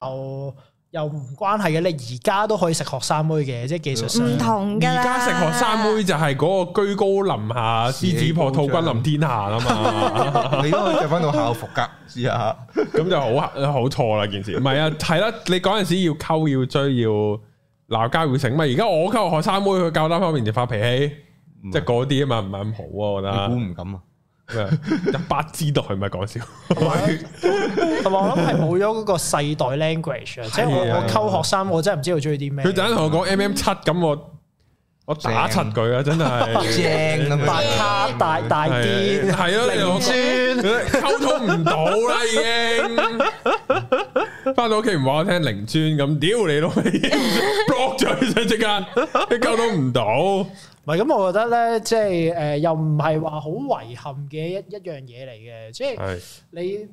又唔關係嘅，你而家都可以食學生妹嘅，即係技術上。
唔同
而
㗎啦。
家食學生妹就係嗰個居高臨下、獅子破兔君臨天下啦嘛，
你都可以着翻到校服㗎，試下。
咁就好好錯啦件事。唔係啊，係啦，你嗰陣時要溝要追要鬧交要成嘛，而家我溝學生妹，佢教單方面就發脾氣，即係嗰啲啊嘛，唔係咁好啊，我覺
你
得
估。唔敢啊？
咩啊一八知道佢唔係講笑。
同埋同埋我諗係冇咗嗰個世代 language 啊！即係我
係啊
我溝學生，我真係唔知道追啲咩。
佢陣間同我講 M M 七咁，我我打柒佢啊！真係
正啊咁樣
白啊卡大大啲，
係啊咯，你同我講溝通唔到啦，已經翻到屋企唔話我聽零專咁，屌你老味 block 咗佢想即刻，你溝通唔到。
唔係咁，我覺得咧，即係誒、呃又唔係話好遺憾嘅一一樣嘢嚟嘅，即係
係
你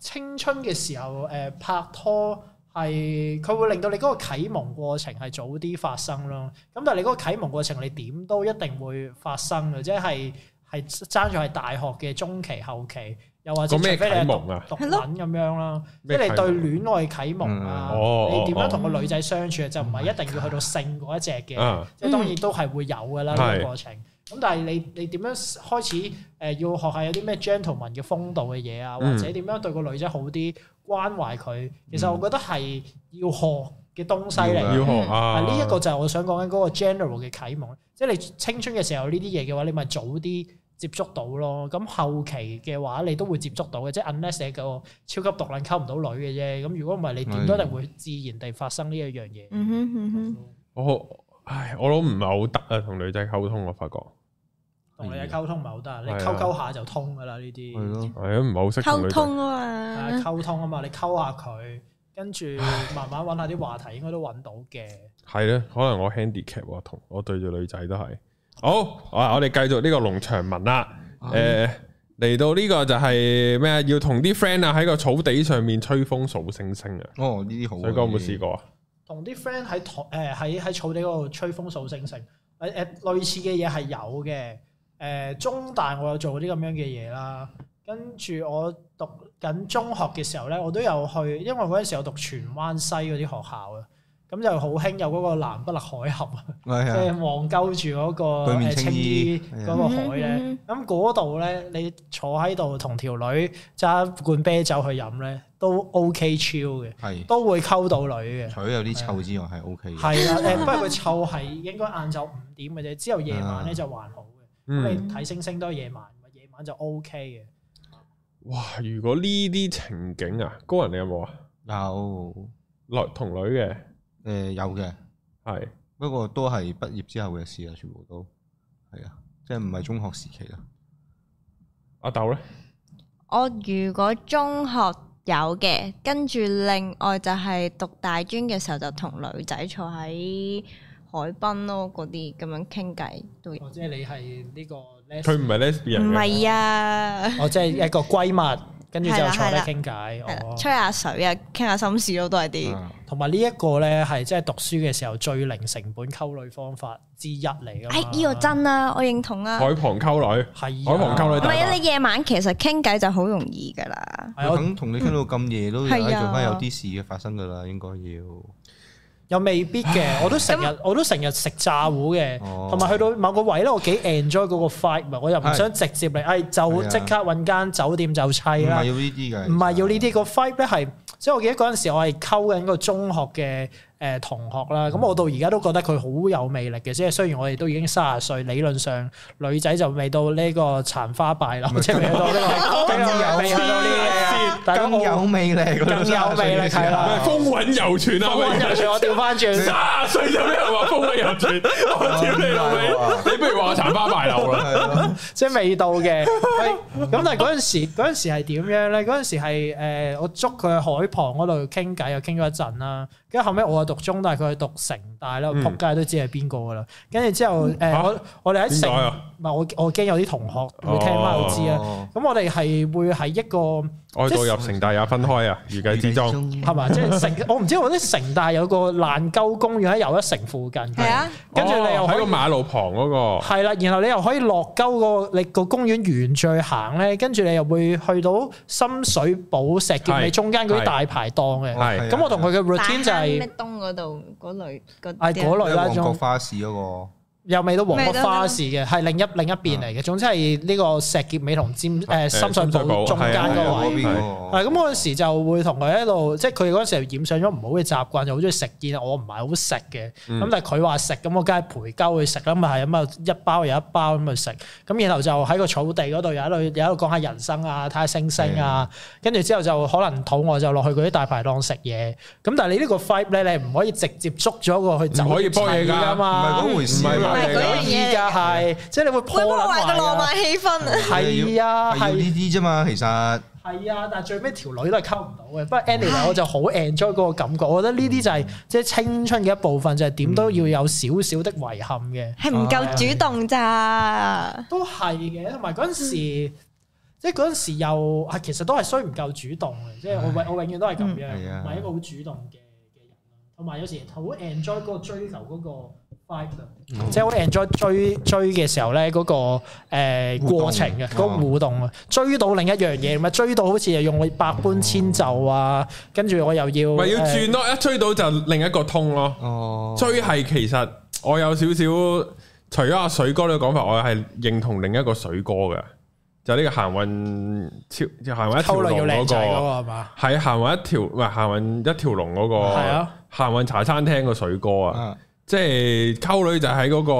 青春嘅時候誒、呃拍拖係佢會令到你嗰個啟蒙過程係早啲發生咯。咁但係你嗰個啟蒙過程，你點都一定會發生嘅，即係係爭在係大學嘅中期後期，又或者
個
除
咩
非你係
啟
讀
蒙啊？
讀
係咯
文咁樣啦，即
咩
係你
啟
對
蒙
戀愛啟蒙啊，
嗯哦哦 Oh
你點樣同個女仔相處啊就唔係一定要去到性嗰一隻嘅。
啊，
即係當然都係會有㗎啦
嗯
呢
係
個過程。咁但係你你點樣開始誒、呃要學下有啲咩 gentleman 嘅風度嘅嘢啊，
嗯
或者點樣對個女仔好啲，關懷佢。其實我覺得係要學嘅東西嚟
要
嘅。
要學啊！
嗱嗯呢一個就係我想講緊嗰個 general 嘅啟蒙，即係你青春嘅時候呢啲嘢嘅話，你咪早啲接觸到咯。咁後期嘅話，你都會接觸到嘅，即係 unless 你個超級獨撚溝唔到女嘅啫。咁如果唔係，你點都一定會自然地發生呢一樣嘢。
嗯哼嗯哼，
我唉，我都唔係好得啊，同女仔溝通，我發覺
同你嘅溝通唔係好得，你
係啊
溝溝下就通噶啦呢
啊係
啲，
咯，
係啊，唔係好識同
溝
女仔。
通
啊
啊嘛。
溝通啊嘛，你溝下佢，跟住慢慢揾下啲話題，應該都揾到嘅。
系咧，可能我 handicap 喎同我對住女仔都係。好，啊，我哋繼續呢個農場文啦。诶、嚟到呢個就係咩啊？要同啲 friend 啊喺個草地上面吹風數星星啊！
哦呢啲好啊。
水哥有冇試過啊？
同啲 friend 喺台誒喺喺草地嗰度吹風掃星星，誒、誒類似嘅嘢係有嘅。誒、中大我有做啲咁樣嘅嘢啦，跟住我讀緊中學嘅時候咧，我都有去，因為嗰陣時我讀荃灣西嗰啲學校啊，咁就好興有嗰個南北勒海峽啊。
係啊？
即
係啊，
係望鳩住嗰個
對面
誒
青
青
衣啊
衣嗰
Ừ
個海
嗯
咧，咁嗰度咧，你坐喺度同條女揸罐啤酒去飲咧，都 OK chill 嘅，
係
都會溝到女嘅。
除咗有啲臭之外係 O
嗯
K 嘅。
係啦，誒，不過佢臭係應該晏晝五點嘅啫，之後夜晚咧就還好嘅。咁
啊嗯，
你睇星星都係夜晚，夜晚就 OK
哇！如果呢啲情景啊，高人你有冇啊？
有
女同女嘅
誒有嘅，
係
不過都係畢業之後嘅事啊，全部都係啊，即係唔係中學時期啦。
阿豆咧，
我如果中學有嘅，跟住另外就係讀大專嘅時候就同女仔坐喺海濱咯，嗰啲咁樣傾偈都有。
哦，即係你係呢個 les，
嗯佢唔係 lesbian
唔
嘅
係啊，
哦，即係一個閨蜜，跟住就
係啦
坐低
係啦
傾偈，
係啦
哦。
吹下水啊，傾下心事咯，都係啲。
啊
同埋呢一個咧係即係讀書嘅時候最零成本溝女方法之一嚟噶嘛。
哎，呢個真啊，我認同啊。
海旁溝女，
係
海旁溝女大
唔係
把
啊，你夜晚其實傾偈就好容易㗎啦。
係啊我
肯同你傾到咁夜都，唉
係啊
做翻有啲事嘅發生㗎啦，應該要。
又未必嘅，我都成日我都成日食炸糊嘅，
哦
同埋去到某個位咧，我幾 enjoy 嗰個 fight，唔係我又唔想直接嚟，哎就
係啊
即刻揾間酒店就砌
唔
啦
係。要呢啲嘅，
啊唔係要呢啲個 fight 咧係，即係我記得嗰陣時我係溝緊個中學嘅誒、呃同學
嗯
啦，咁我到而家都覺得佢好有魅力嘅，即係雖然我哋都已經卅歲，理論上女仔就未到呢個殘花敗柳，即係未到呢個，
更有
哦未去到呢啲嘢，但係
更有
我
魅力，
更有魅力係啊啦
唔係風韻猶存啊！
我
喂
又我調翻轉。
卅歲就俾人話風韻猶存，我屌你老味！你不如話我殘花敗柳啦，
係咯。
即係未到嘅。咁但係嗰陣時，嗰陣時係點樣咧？嗰陣時係誒、呃我捉佢去海旁嗰度傾偈，又傾咗一陣啦。跟住後尾我係讀中大，佢係讀城大啦，
嗯
仆街都知係邊個噶啦。跟住之後誒、呃
嚇
我我哋喺
點解
城，
啊
唔係我我驚有啲同學會聽翻
哦
我知啊。
哦
咁我哋係會喺一個
愛到入城大也分開啊，預計之中。
係嘛，即係城，我唔知我啲城大有個爛鳩公園喺又一城附近嘅，
係啊，
跟住你又
哦
可
喺
以
個馬路旁嗰個，
係啦，然後你又可以落鳩個你個公園沿最行咧，跟住你又會去到深水埗石硤尾
係
中間嗰啲大排檔嘅。
係
咁我同佢嘅
大
routine 就
坑啊咩
係
東嗰度嗰類嗰
係
啲
嗰
啊。
類啦，
旺角
仲
花市嗰
又未到黃角花市嘅，係另一另一邊嚟嘅。總之係呢個石硤尾同尖誒
啊誒
深水
深水
埗
埗
中
個，
間
係
嗰
啊
個
嗰
位。
邊嗰個
係咁嗰陣時就會同佢喺度，即係佢嗰陣時係染上咗唔好嘅習慣，就好中意食煙。我唔係好食嘅，咁、
嗯
但係佢話食，咁我梗係陪鳩佢食啦，咪係咁啊一包又一包咁去食。咁然後就喺個草地嗰度又喺度又喺度講下人生啊，睇下星星啊，跟住之後就可能肚餓就落去嗰啲大排檔食嘢。咁但係你呢個 fight 咧，你唔可以直接捉咗個去走
唔可以幫嘢㗎
唔
㗎
係
嘛，
嗰回事
唔係嗰
啊，係啊
回事嘢
而家係即係你會破
會破
壞
壞個浪漫氣氛啊！
係啊，
係要
係
呢啲啫嘛，其實
係啊，但係最尾條女都係溝唔到嘅。不過 anyway，我就好 enjoy 嗰個感覺。我覺得呢啲就係即係青春嘅一部分，就係點都要有少少的遺憾嘅。
係唔夠主動咋？
都係嘅，同埋嗰陣時，即係嗰陣時又啊，其實都係衰唔夠主動嘅。即係我永我永遠都係咁樣，
嗯係啊
唔係一個好主動嘅嘅人咯。同埋有時好 enjoy 嗰個追求嗰個 vibe 啊即係好 enjoy 追追嘅時候咧，嗰、個誒、呃、
互動
過程嘅
啊
嗰、個互動啊，追到另一樣嘢咁啊，追到好似又用我百般遷就啊，跟住我又要
咪要
呃
轉咯，一追到就另一個通咯。
哦，
追係其實我有少少，除咗阿水哥呢個講法，我係認同另一個水哥嘅，就係呢個行運超行運一條
溝女要
龍
靚
嗰、
仔嗰
個，
個係嘛？
係啊行運一條唔係行運一條龍嗰、個，
係啊
行運茶餐廳個水哥啊，
啊
即係溝女就喺嗰、個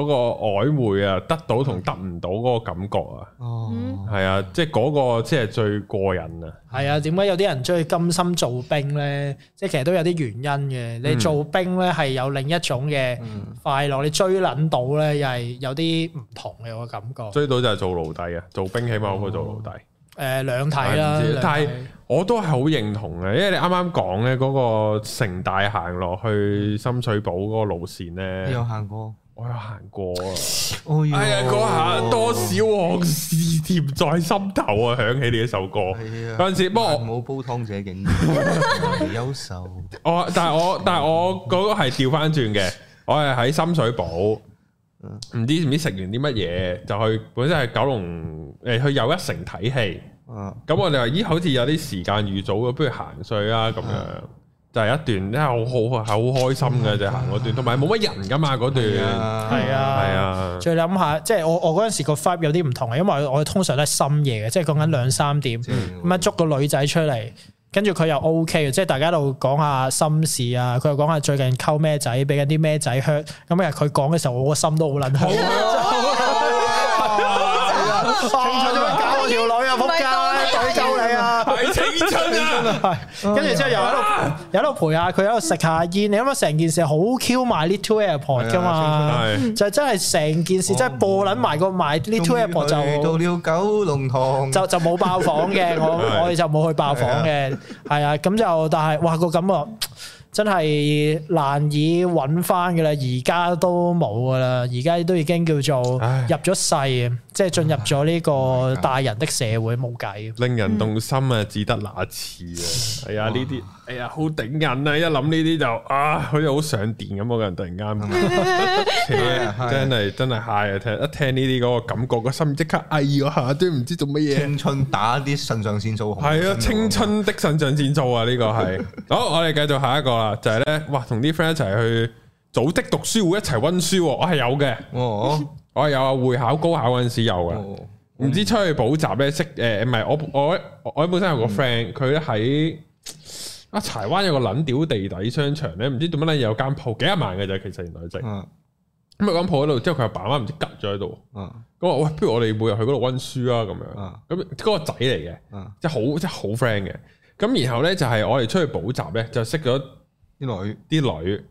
嗰、個曖昧啊，得到同得唔到嗰個感覺啊，
哦，
嗯
係啊，即係嗰個即係最過癮啊，
係啊，點解有啲人中意甘心做兵咧？即係其實都有啲原因嘅。你
嗯
做兵咧係有另一種嘅
嗯
快樂，你追撚到咧又係有啲唔同嘅我感覺。誒、
追到就係做奴隸啊，做兵起碼好過做奴隸。
兩睇啦
唔知，但係
係
我都係好認同嘅，因為你啱啱講咧嗰個城大行落去深水埗嗰個路線
你
咧，
有行過？
我有行過啊！
哎
哎呀，嗰下多少往事甜在心頭啊！響起呢一首歌
係啊
嗰陣時，不過我
冇煲湯者 景，優秀。
我但係我但係我嗰個係調翻轉嘅，我係喺深水埗，唔知唔知食完啲乜嘢就去，本身係九龍誒去又一城睇戲。
啊，
咁我哋話咦，好似有啲時間預早嘅，不如行水啦咁樣，就係一段，真係好好好開心嘅就行嗰段，同埋冇乜人噶嘛嗰段，
係
嗯係
啊，
啊，
再諗下，即係我我嗰陣時個 vibe 有啲唔同嘅，因為我我通常都係深夜嘅，即係講緊兩三點，咁啊捉個女仔出嚟，跟住佢又 O K 嘅，即係大家喺度講下心事啊，佢又講下最近溝咩仔，俾緊啲咩仔 hurt，咁啊佢講嘅時候，我個心都好撚 hurt。
係啊，
青春都係搞我條女啊！啊
唔係
仆街，
當
懟走你係啊。
系青春啊！
係跟住之後又喺度又喺度陪下佢，喺度食下煙。你諗下成件事好 Q 埋 Little Airport 噶嘛？
系
就真係成件事真係播撚埋個埋 Little Airport 就
到了九龍塘，
就就冇爆房嘅，我
係
我哋就冇去爆房嘅，係啊，咁就但係哇個感覺真係難以揾翻嘅啦，而家都冇噶啦，而家都已經叫做
唉
入咗世啊，即係進入咗呢個大人的社會冇計。
令人動心啊，只得那 次啊！哎呀，呢啲哎呀好頂癮啊！一諗呢啲就啊，好似好上電咁，我個人突然間，
啊
扯真係真係 high 啊！聽一聽呢啲嗰個感覺，個心即刻哎咗下，都唔知做乜 嘢。
青春打啲腎上腺素，
係啊，青春的腎上腺素啊，呢個 係。好，我哋繼續下一個啦，就係咧，哇，同啲 friend 一齊去組織讀書會，一齊温書喎，我係有嘅，
哦，
我係有啊，會考、高考嗰陣時有嘅。
哦
唔知出去補習咧，識誒唔係我我我本身有個 friend，佢咧喺啊柴灣有個撚屌地底商場咧，唔知做乜咧有間鋪幾廿萬嘅啫，其實原來值。
嗯
咁佢間鋪喺度，之後佢阿爸阿媽唔知吉咗喺度，
嗯
咁我話喂，不如我哋每日去嗰度温書啊
嗯
咁樣。咁嗰個仔嚟嘅，
嗯，
即係好即係好 friend 嘅。咁然後咧就係我哋出去補習咧，就識咗
啲女
啲女，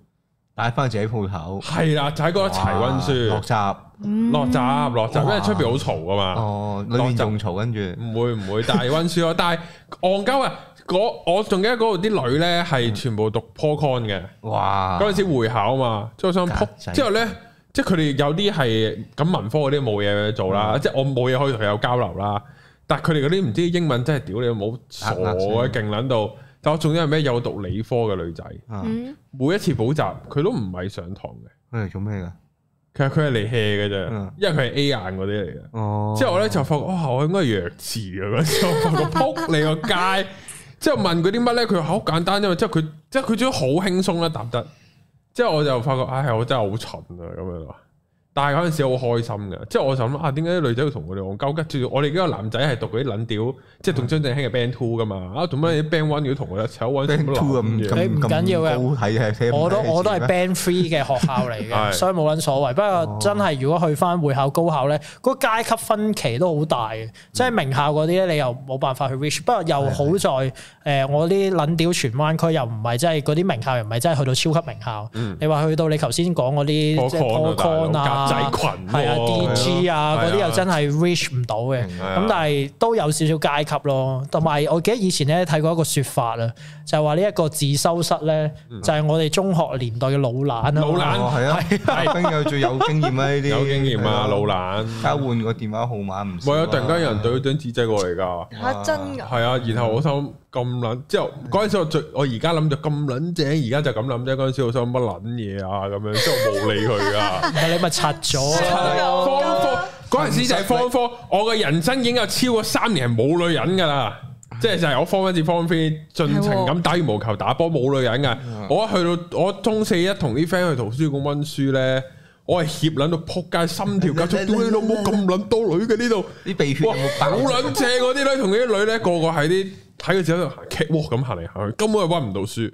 帶翻自己鋪頭，
係啦，就喺嗰度一齊温
落
書，啊
閘，
嗯
落閘落閘，因為出邊好嘈噶嘛。
哦，裏面仲嘈，跟住
唔會唔會，但係温書咯。 但係戇鳩啊！嗰我仲記得嗰度啲女咧係全部讀 Procon 嘅，
哇，
嗰陣時會考啊嘛，即係我想
格仔
撲之後咧，即係佢哋有啲係咁文科嗰啲冇嘢做啦，即係我冇嘢可以同佢有交流啦。但係佢哋嗰啲唔知英文真係屌你冇傻嘅勁撚到。但我仲有係咩有讀理科嘅女仔，
嗯，
每一次補習佢都唔係上堂嘅，
佢嚟做咩㗎？
其實佢係嚟 hea 嘅啫
嗯，
因為佢係 A 眼嗰啲嚟嘅。
哦，
之後我咧就發覺，哇！我應該係弱智啊！嗰陣時我發覺撲你個街，之後問佢啲乜咧，佢話好簡單啫嘛。之後佢即係佢仲要好輕鬆啦答得。之後我就發覺，唉，我真係好蠢啊咁樣咯。但係嗰陣時好開心嘅，即係我就諗啊，點解啲女仔要同我哋戇鳩？跟住我哋嗰個男仔係讀嗰啲撚屌，即係同張振興嘅 Band Two 噶嘛。啊，做乜啲 Band One 要同我哋一齊揾
Band Two 啊
咁
咁
嘢？
你
咁
唔緊要嘅
嘅，係係
我都我都係 band three 嘅學校嚟
係
嘅，所以冇撚所謂。不過真係如果去翻會考、高考咧，嗰個階級分歧都好大
嗯
嘅，即係名校嗰啲咧，你又冇辦法去 reach。不過又好在誒，我啲撚屌荃灣區又唔係真係嗰啲名校，又唔係真係去到超級名校。你話去到你頭先講嗰啲即係
Procon 嗯啊
Procon
大佬格仔裙喎
啊，係啊
哦係
DG 啊
啊
嗰啲又真係 reach 唔到嘅。
明
啊
咁但係都有少少階級咯，同埋我記得以前咧睇過一個説法啊，就係話呢一個自修室咧，就係我哋中學年代嘅老懶啊。
嗯老懶
哦， 係啊，阿冰有最有經驗啊呢啲，
有經驗啊，老
係
懶。
交換個電話號碼唔少
喂，
啊，
有突然間有人對咗張紙仔過嚟㗎。
嚇真噶，
係啊，然後我心諗咁撚，之後嗰陣時我最，我而家諗就咁撚正，而家就咁諗啫。嗰陣時我心諗乜撚嘢啊咁樣，之後冇理佢啊。
唔係你咪拆 咗
係啊
方科嗰陣時就係方科，我嘅人生已經有超過三年係冇女人㗎啦。即係就係我 form 一至 form three 盡情咁打羽毛球、打波，冇女人㗎。我一去到我中四一同啲 friend 去圖書館温書咧，我係怯撚到撲街，心跳加速，屌 你老母咁撚多女嘅呢度。
啲鼻血有
哇，
冇
好
爆？啊
撚正嗰啲咧，同嗰啲女咧，個個喺啲睇佢自己喺度行 catwalk 咁行嚟行去，根本係温唔到書，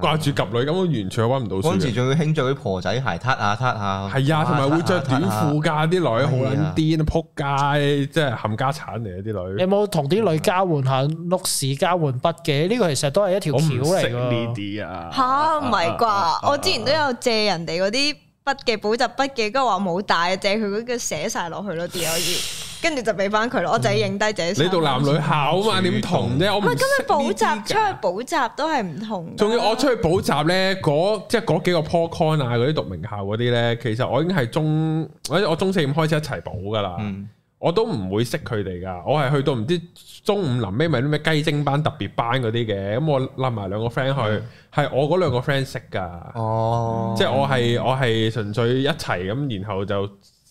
掛住及女，根本完全係温唔到
啊嗰
書
陣時
嘅。
仲要興着啲婆仔鞋，撻下撻下。
係啊，同埋會着
撻下啊
短褲
撻下。
㗎，啲女好撚癲，撲街，即係冚家產嚟嘅啲
你
女
有。冇同啲女交換下碌屎、交換筆嘅？呢個其實都係一條
我
橋
唔識
嚟
呢
㗎。
啲啊，
吓唔係啩？我之前都有借人哋嗰啲筆記補習筆記，跟住話冇帶，借佢嗰個寫晒落去咯，啲可以，跟住就俾翻佢咯，我就影低自己。
嗯你讀男女校啊嘛，點同啫？我唔
喂，
識
咁你補習
呢啲
出去
㗎
補習都係唔同㗎。
仲要我出去補習咧，嗰即係嗰幾個 Procon 啊，嗰啲讀名校嗰啲咧，其實我已經係中，我我中四咁開始一齊補噶啦，
嗯
我都唔會識佢哋噶，我係去到唔知中午臨尾咪啲咩雞精班、特別班嗰啲嘅，咁我冧埋兩個 friend 去，係、我嗰兩個 friend 識噶，
哦，
即係我係我係純粹一齊咁，然後就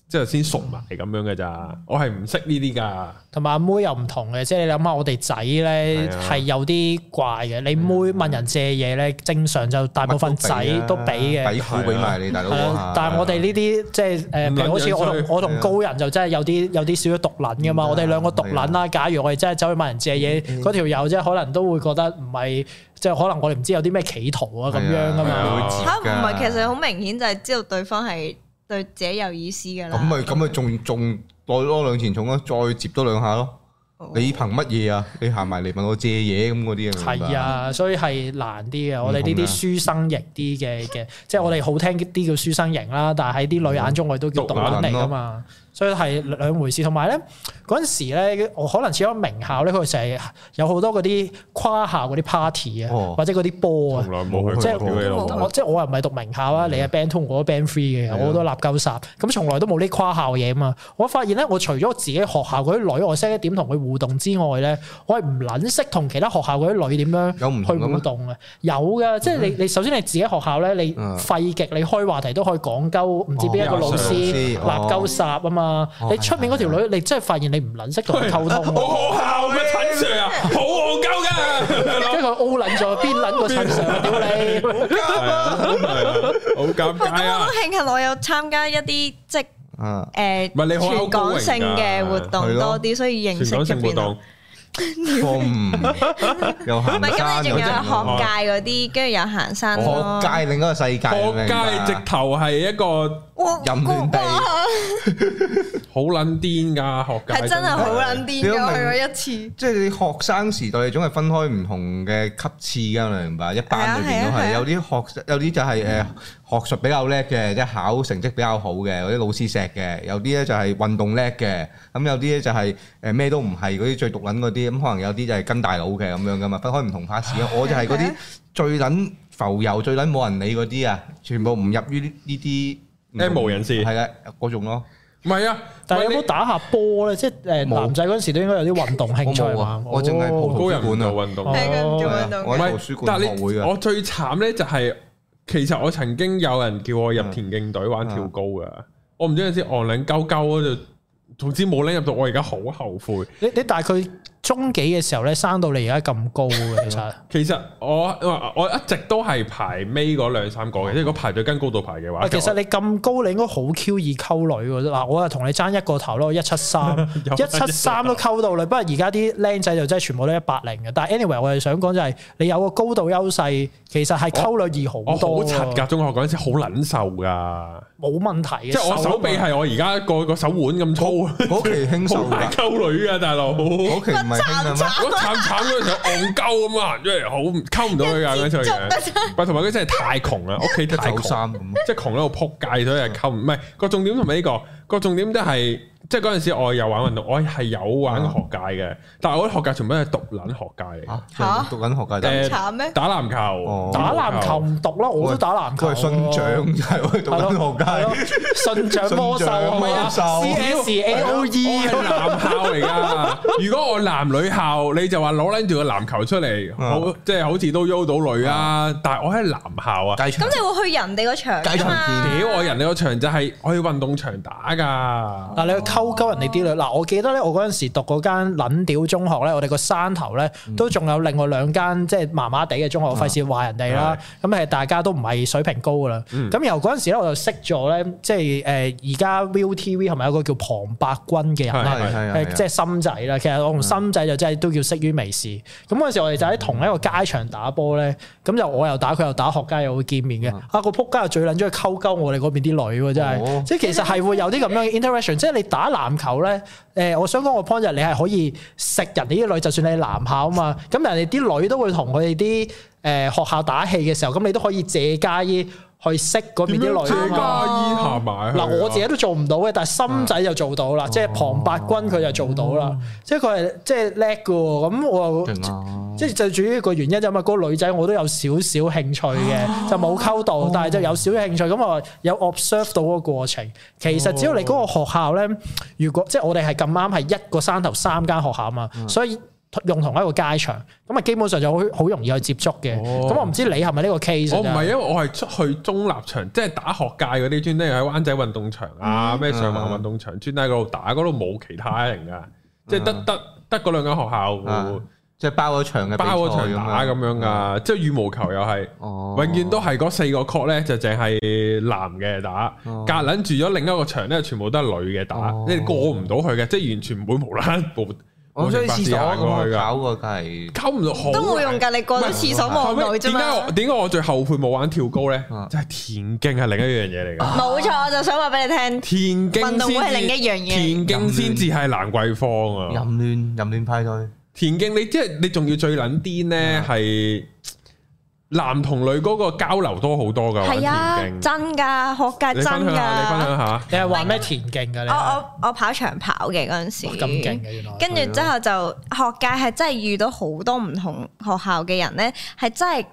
即係先熟埋咁樣嘅咋，我係唔識呢啲噶，
同埋阿妹又唔同嘅，即係你諗下，我哋仔
係啊
咧
嗯
係有啲怪嘅。你妹問人借嘢咧，正常就大部分仔
啊
都俾嘅。
底褲俾埋你大佬
係啊
啊！，
但係我哋呢啲即係誒，譬如好似我
唔撚樣
同
衰
我同高人就真係有啲有啲少少毒撚噶嘛，
嗯
我哋兩個毒撚啦。假如我哋真係走去問人借嘢，嗰條友即係可能都會覺得唔係，即係可能我哋唔知有啲咩企圖啊咁樣噶
係啊
嘛。
嘛
嚇唔係，其實好明顯就係知道對方係對自己有意思㗎啦。
咁咪咁咪仲仲再多兩錢重咯，再接多兩下咯。你憑乜嘢啊？你行埋嚟問我借嘢咁嗰啲啊？明白嗯
係，啊，所以係難啲嘅。我哋呢啲書生型啲嘅嘅，即係我哋好聽啲叫書生型啦，但係喺啲女眼中我哋都叫毒撚嚟噶嘛。所以係兩回事。同埋咧，嗰陣時咧，我可能始咗名校咧，佢成日有好多嗰啲跨校嗰啲 party 啊，
哦
或者嗰啲波啊
從。來冇去過
即係
屌你老
我
母，
即係我又唔係讀名校
嗯
啊，你係 band two，我都 band three
啊
嘅，我好多立鳩殺，咁從來都冇呢跨校嘢啊嘛。我發現咧，我除咗自己學校嗰啲女，我識得點同佢互動之外咧，我係唔撚識同其他學校嗰啲女點樣
有唔同
去
嘅咩
互動嘅。啊有嘅，即係你你首先你自己學校咧，你
嗯
廢極你開話題都可以講鳩，唔知邊一個老師
哦
立鳩殺啊嘛
哦。
你出面嗰條女，你真係發現你唔撚識同佢 溝通啊
好
喎。
哦
好校咩陳 Sir 啊，好戇鳩噶。
跟住佢 O 撚咗，邊撚個襯上屌你！
係啊係啊好尷
我都
尬啊
好！慶幸我有參加一啲即係
啊，
誒
唔係你好有高榮
全港
㗎
性嘅活
係
動
咯
多啲，所以認
全
識
啊
入
港性活
邊咯
動。
錯誤又
唔
行
係咁，
山
你仲
又
有
剩咯
學界嗰啲，跟住有行山咯。
學界另一個世界，
學
明
界
白
直頭係一個
哇
淫亂地
哇
好撚癲㗎，學界
係真係好撚
你
癲
都明
嘅，我去過一次。
即係你學生時代，你總係分開唔同嘅級次㗎，你明白？一班裏邊都
係啊
係
係啊
有啲學，有啲就係誒學術比較叻嘅，即係考成績比較好嘅，有啲老師錫嘅；有啲咧就係運動叻嘅，咁有啲咧就係誒咩都唔係嗰啲最毒撚嗰啲，咁可能有啲就係跟大佬嘅咁樣㗎嘛，分開唔同 part 嘅。我就係嗰
係
啲
啊
最撚浮遊、最撚冇人理嗰啲啊，全部唔入於呢呢啲唔同
M 無人士
係啦嗰種咯。
唔係啊，
但係有
唔係
冇打下波咧？即係誒
冇
男仔嗰陣時都應該有啲運動興趣
我冇啊
嘛。
我淨係
你
蒲
高人唔做運動
哦。
係佢唔做運動
我
唔
嘅，
喺
係
圖書
但
館
係
學會
你
啊
嘅。
我最慘咧就係，其實我曾經有人叫我入田徑隊玩跳高
啊
噶，我唔知有陣時戇撚鳩鳩嗰度，總之冇撚入到，我而家好後悔。
你你大概中幾嘅時候咧，生到你而家咁高嘅，其實
其實我我我一直都係排尾嗰兩三個嘅，即係如果排隊跟高度排嘅話，
喂啊其實你咁高，你應該好 Q 易溝女嘅啫。嗱，我又同你爭一個頭咯，一七三，
有啊
一七三都溝到你。不過而家啲僆仔就真係全部都一百零嘅。但係 anyway，我哋想講就係你有個高度優勢，其實係溝女易好
我好
多啊
柒㗎，
㗎，
中學嗰陣時好撚瘦㗎，
冇問題嘅。
即係我
瘦啊
手臂
嘛
係我而家個個手腕咁粗，啊
嗰期興
好
瘦
大
㗎，
溝女㗎，大佬。
嗰期唔係興嘅咩？
我慘慘嗰陣時候戇鳩咁啊，因為好唔溝唔到佢㗎嗰陣時候
接觸得真
嘅，唔係同埋佢真係太窮啦，屋企太
九
窮。
三咁。
即係窮到仆街，所以係溝唔。唔係個重點同埋呢個個重點都係，即係嗰陣時我有玩運動，我係有玩學界嘅，但係我啲學界全部都係獨撚學界嚟嘅。
嚇，讀緊學界
誒
得，
慘咩？
打籃
啊哦
球，
打籃球唔讀咯，我都打籃球
佢
咯。
係信長就係去讀緊
係咯
學界，
信長魔獸係咪啊
信長魔獸
CS A O
我
E
係男校嚟 㗎。如果我男女校，你就話攞撚住個籃球出嚟，好即係好似都邀到女啊。但係我喺男校啊，
街場
咁你會去人哋個場
街
㗎
場
嘛？
屌我人哋個場就係我去運動場打㗎。
嗱，你去溝溝人哋啲女。嗱，我記得咧，我嗰陣時讀嗰間撚屌中學咧，我哋個山頭咧
嗯
都仲有另外兩間即係麻麻地嘅中學，我費事話人哋啦。咁係大家都唔係水平高噶啦。
嗯
咁由嗰陣時咧，我就識咗咧，即係誒而家 ViuTV 係咪有個叫龐百君嘅人啊咧？
係係係嗯
誒即係心仔啦，其實我同心仔就真係都叫識於微視。咁嗰陣時我哋就喺同一個街場打波咧，咁就我又打佢又打，學街又會見面嘅。
嗯
啊個撲街又最撚中意溝鳩我哋嗰邊啲女喎，真
哦
係，即係其實係會有啲咁樣嘅 interaction。即係你打籃球咧，誒我想講個 point 就係你係可以食人哋啲女，就算你係男校啊嘛，咁人哋啲女都會同佢哋啲誒學校打氣嘅時候，咁你都可以借家衣去識嗰邊
點樣
啲女啊
遮
嘛。
加衣行埋去啊？
嗱，我自己都做唔到嘅，但係心仔就做到啦，即係龐百君佢就做到啦，即係佢係即係叻嘅喎。咁我
勁啊！
即係最主要一個原因就係嘛，嗰個女仔我都有少少興趣嘅，就冇溝到，但係就有少少興趣。咁我有 observe 到嗰個過程。其實只要你嗰個學校咧，如果即係我哋係咁啱係一個山頭三間學校啊嘛，所以。用同一個街場，咁啊基本上就好好容易去接觸嘅。
哦
咁我唔知你係咪呢個 case
我唔係，
啊
因為我係出去中立場，即係打學界嗰啲，專登喺灣仔運動場啊，
嗯
咩上環運動場，專登喺嗰度打，嗰度冇其他人噶，即係得得得嗰兩間學校
啊即係包咗場嘅
包嗰場打咁樣
噶。
噶，即係羽毛球又係，
哦，
永遠都係嗰四個 court 咧就淨係男嘅打，
哦
隔撚住咗另一個場咧全部都係女嘅打，
哦
你哋過唔到去嘅，即係完全唔會無啦啦無
我想去廁所
我明
咁
白
啊，搞個梗係
搞唔到好
都冇用
㗎。
㗎，你過到廁所望
後
到
尾
啫
點解
嘛
我。點解我最後悔冇玩跳高咧
啊？
就係田徑係另一樣嘢嚟嘅。
冇錯，我就想話俾你聽，
田徑
運動會係
先至
另一樣嘢
田徑先至係蘭桂坊啊！
淫亂淫亂派對。
田徑你即係你仲要最撚癲
啊
咧，係男同女嗰個交流多好多噶。
係啊，
玩田徑
真㗎，學界
你分
真
享下，你分
㗎。
享下。
你係話咩田徑㗎？你
我
係
我我跑長跑嘅嗰陣時，
哇咁勁嘅原來。
跟住之後就學界係真係遇到好多唔同學校嘅人咧，係真係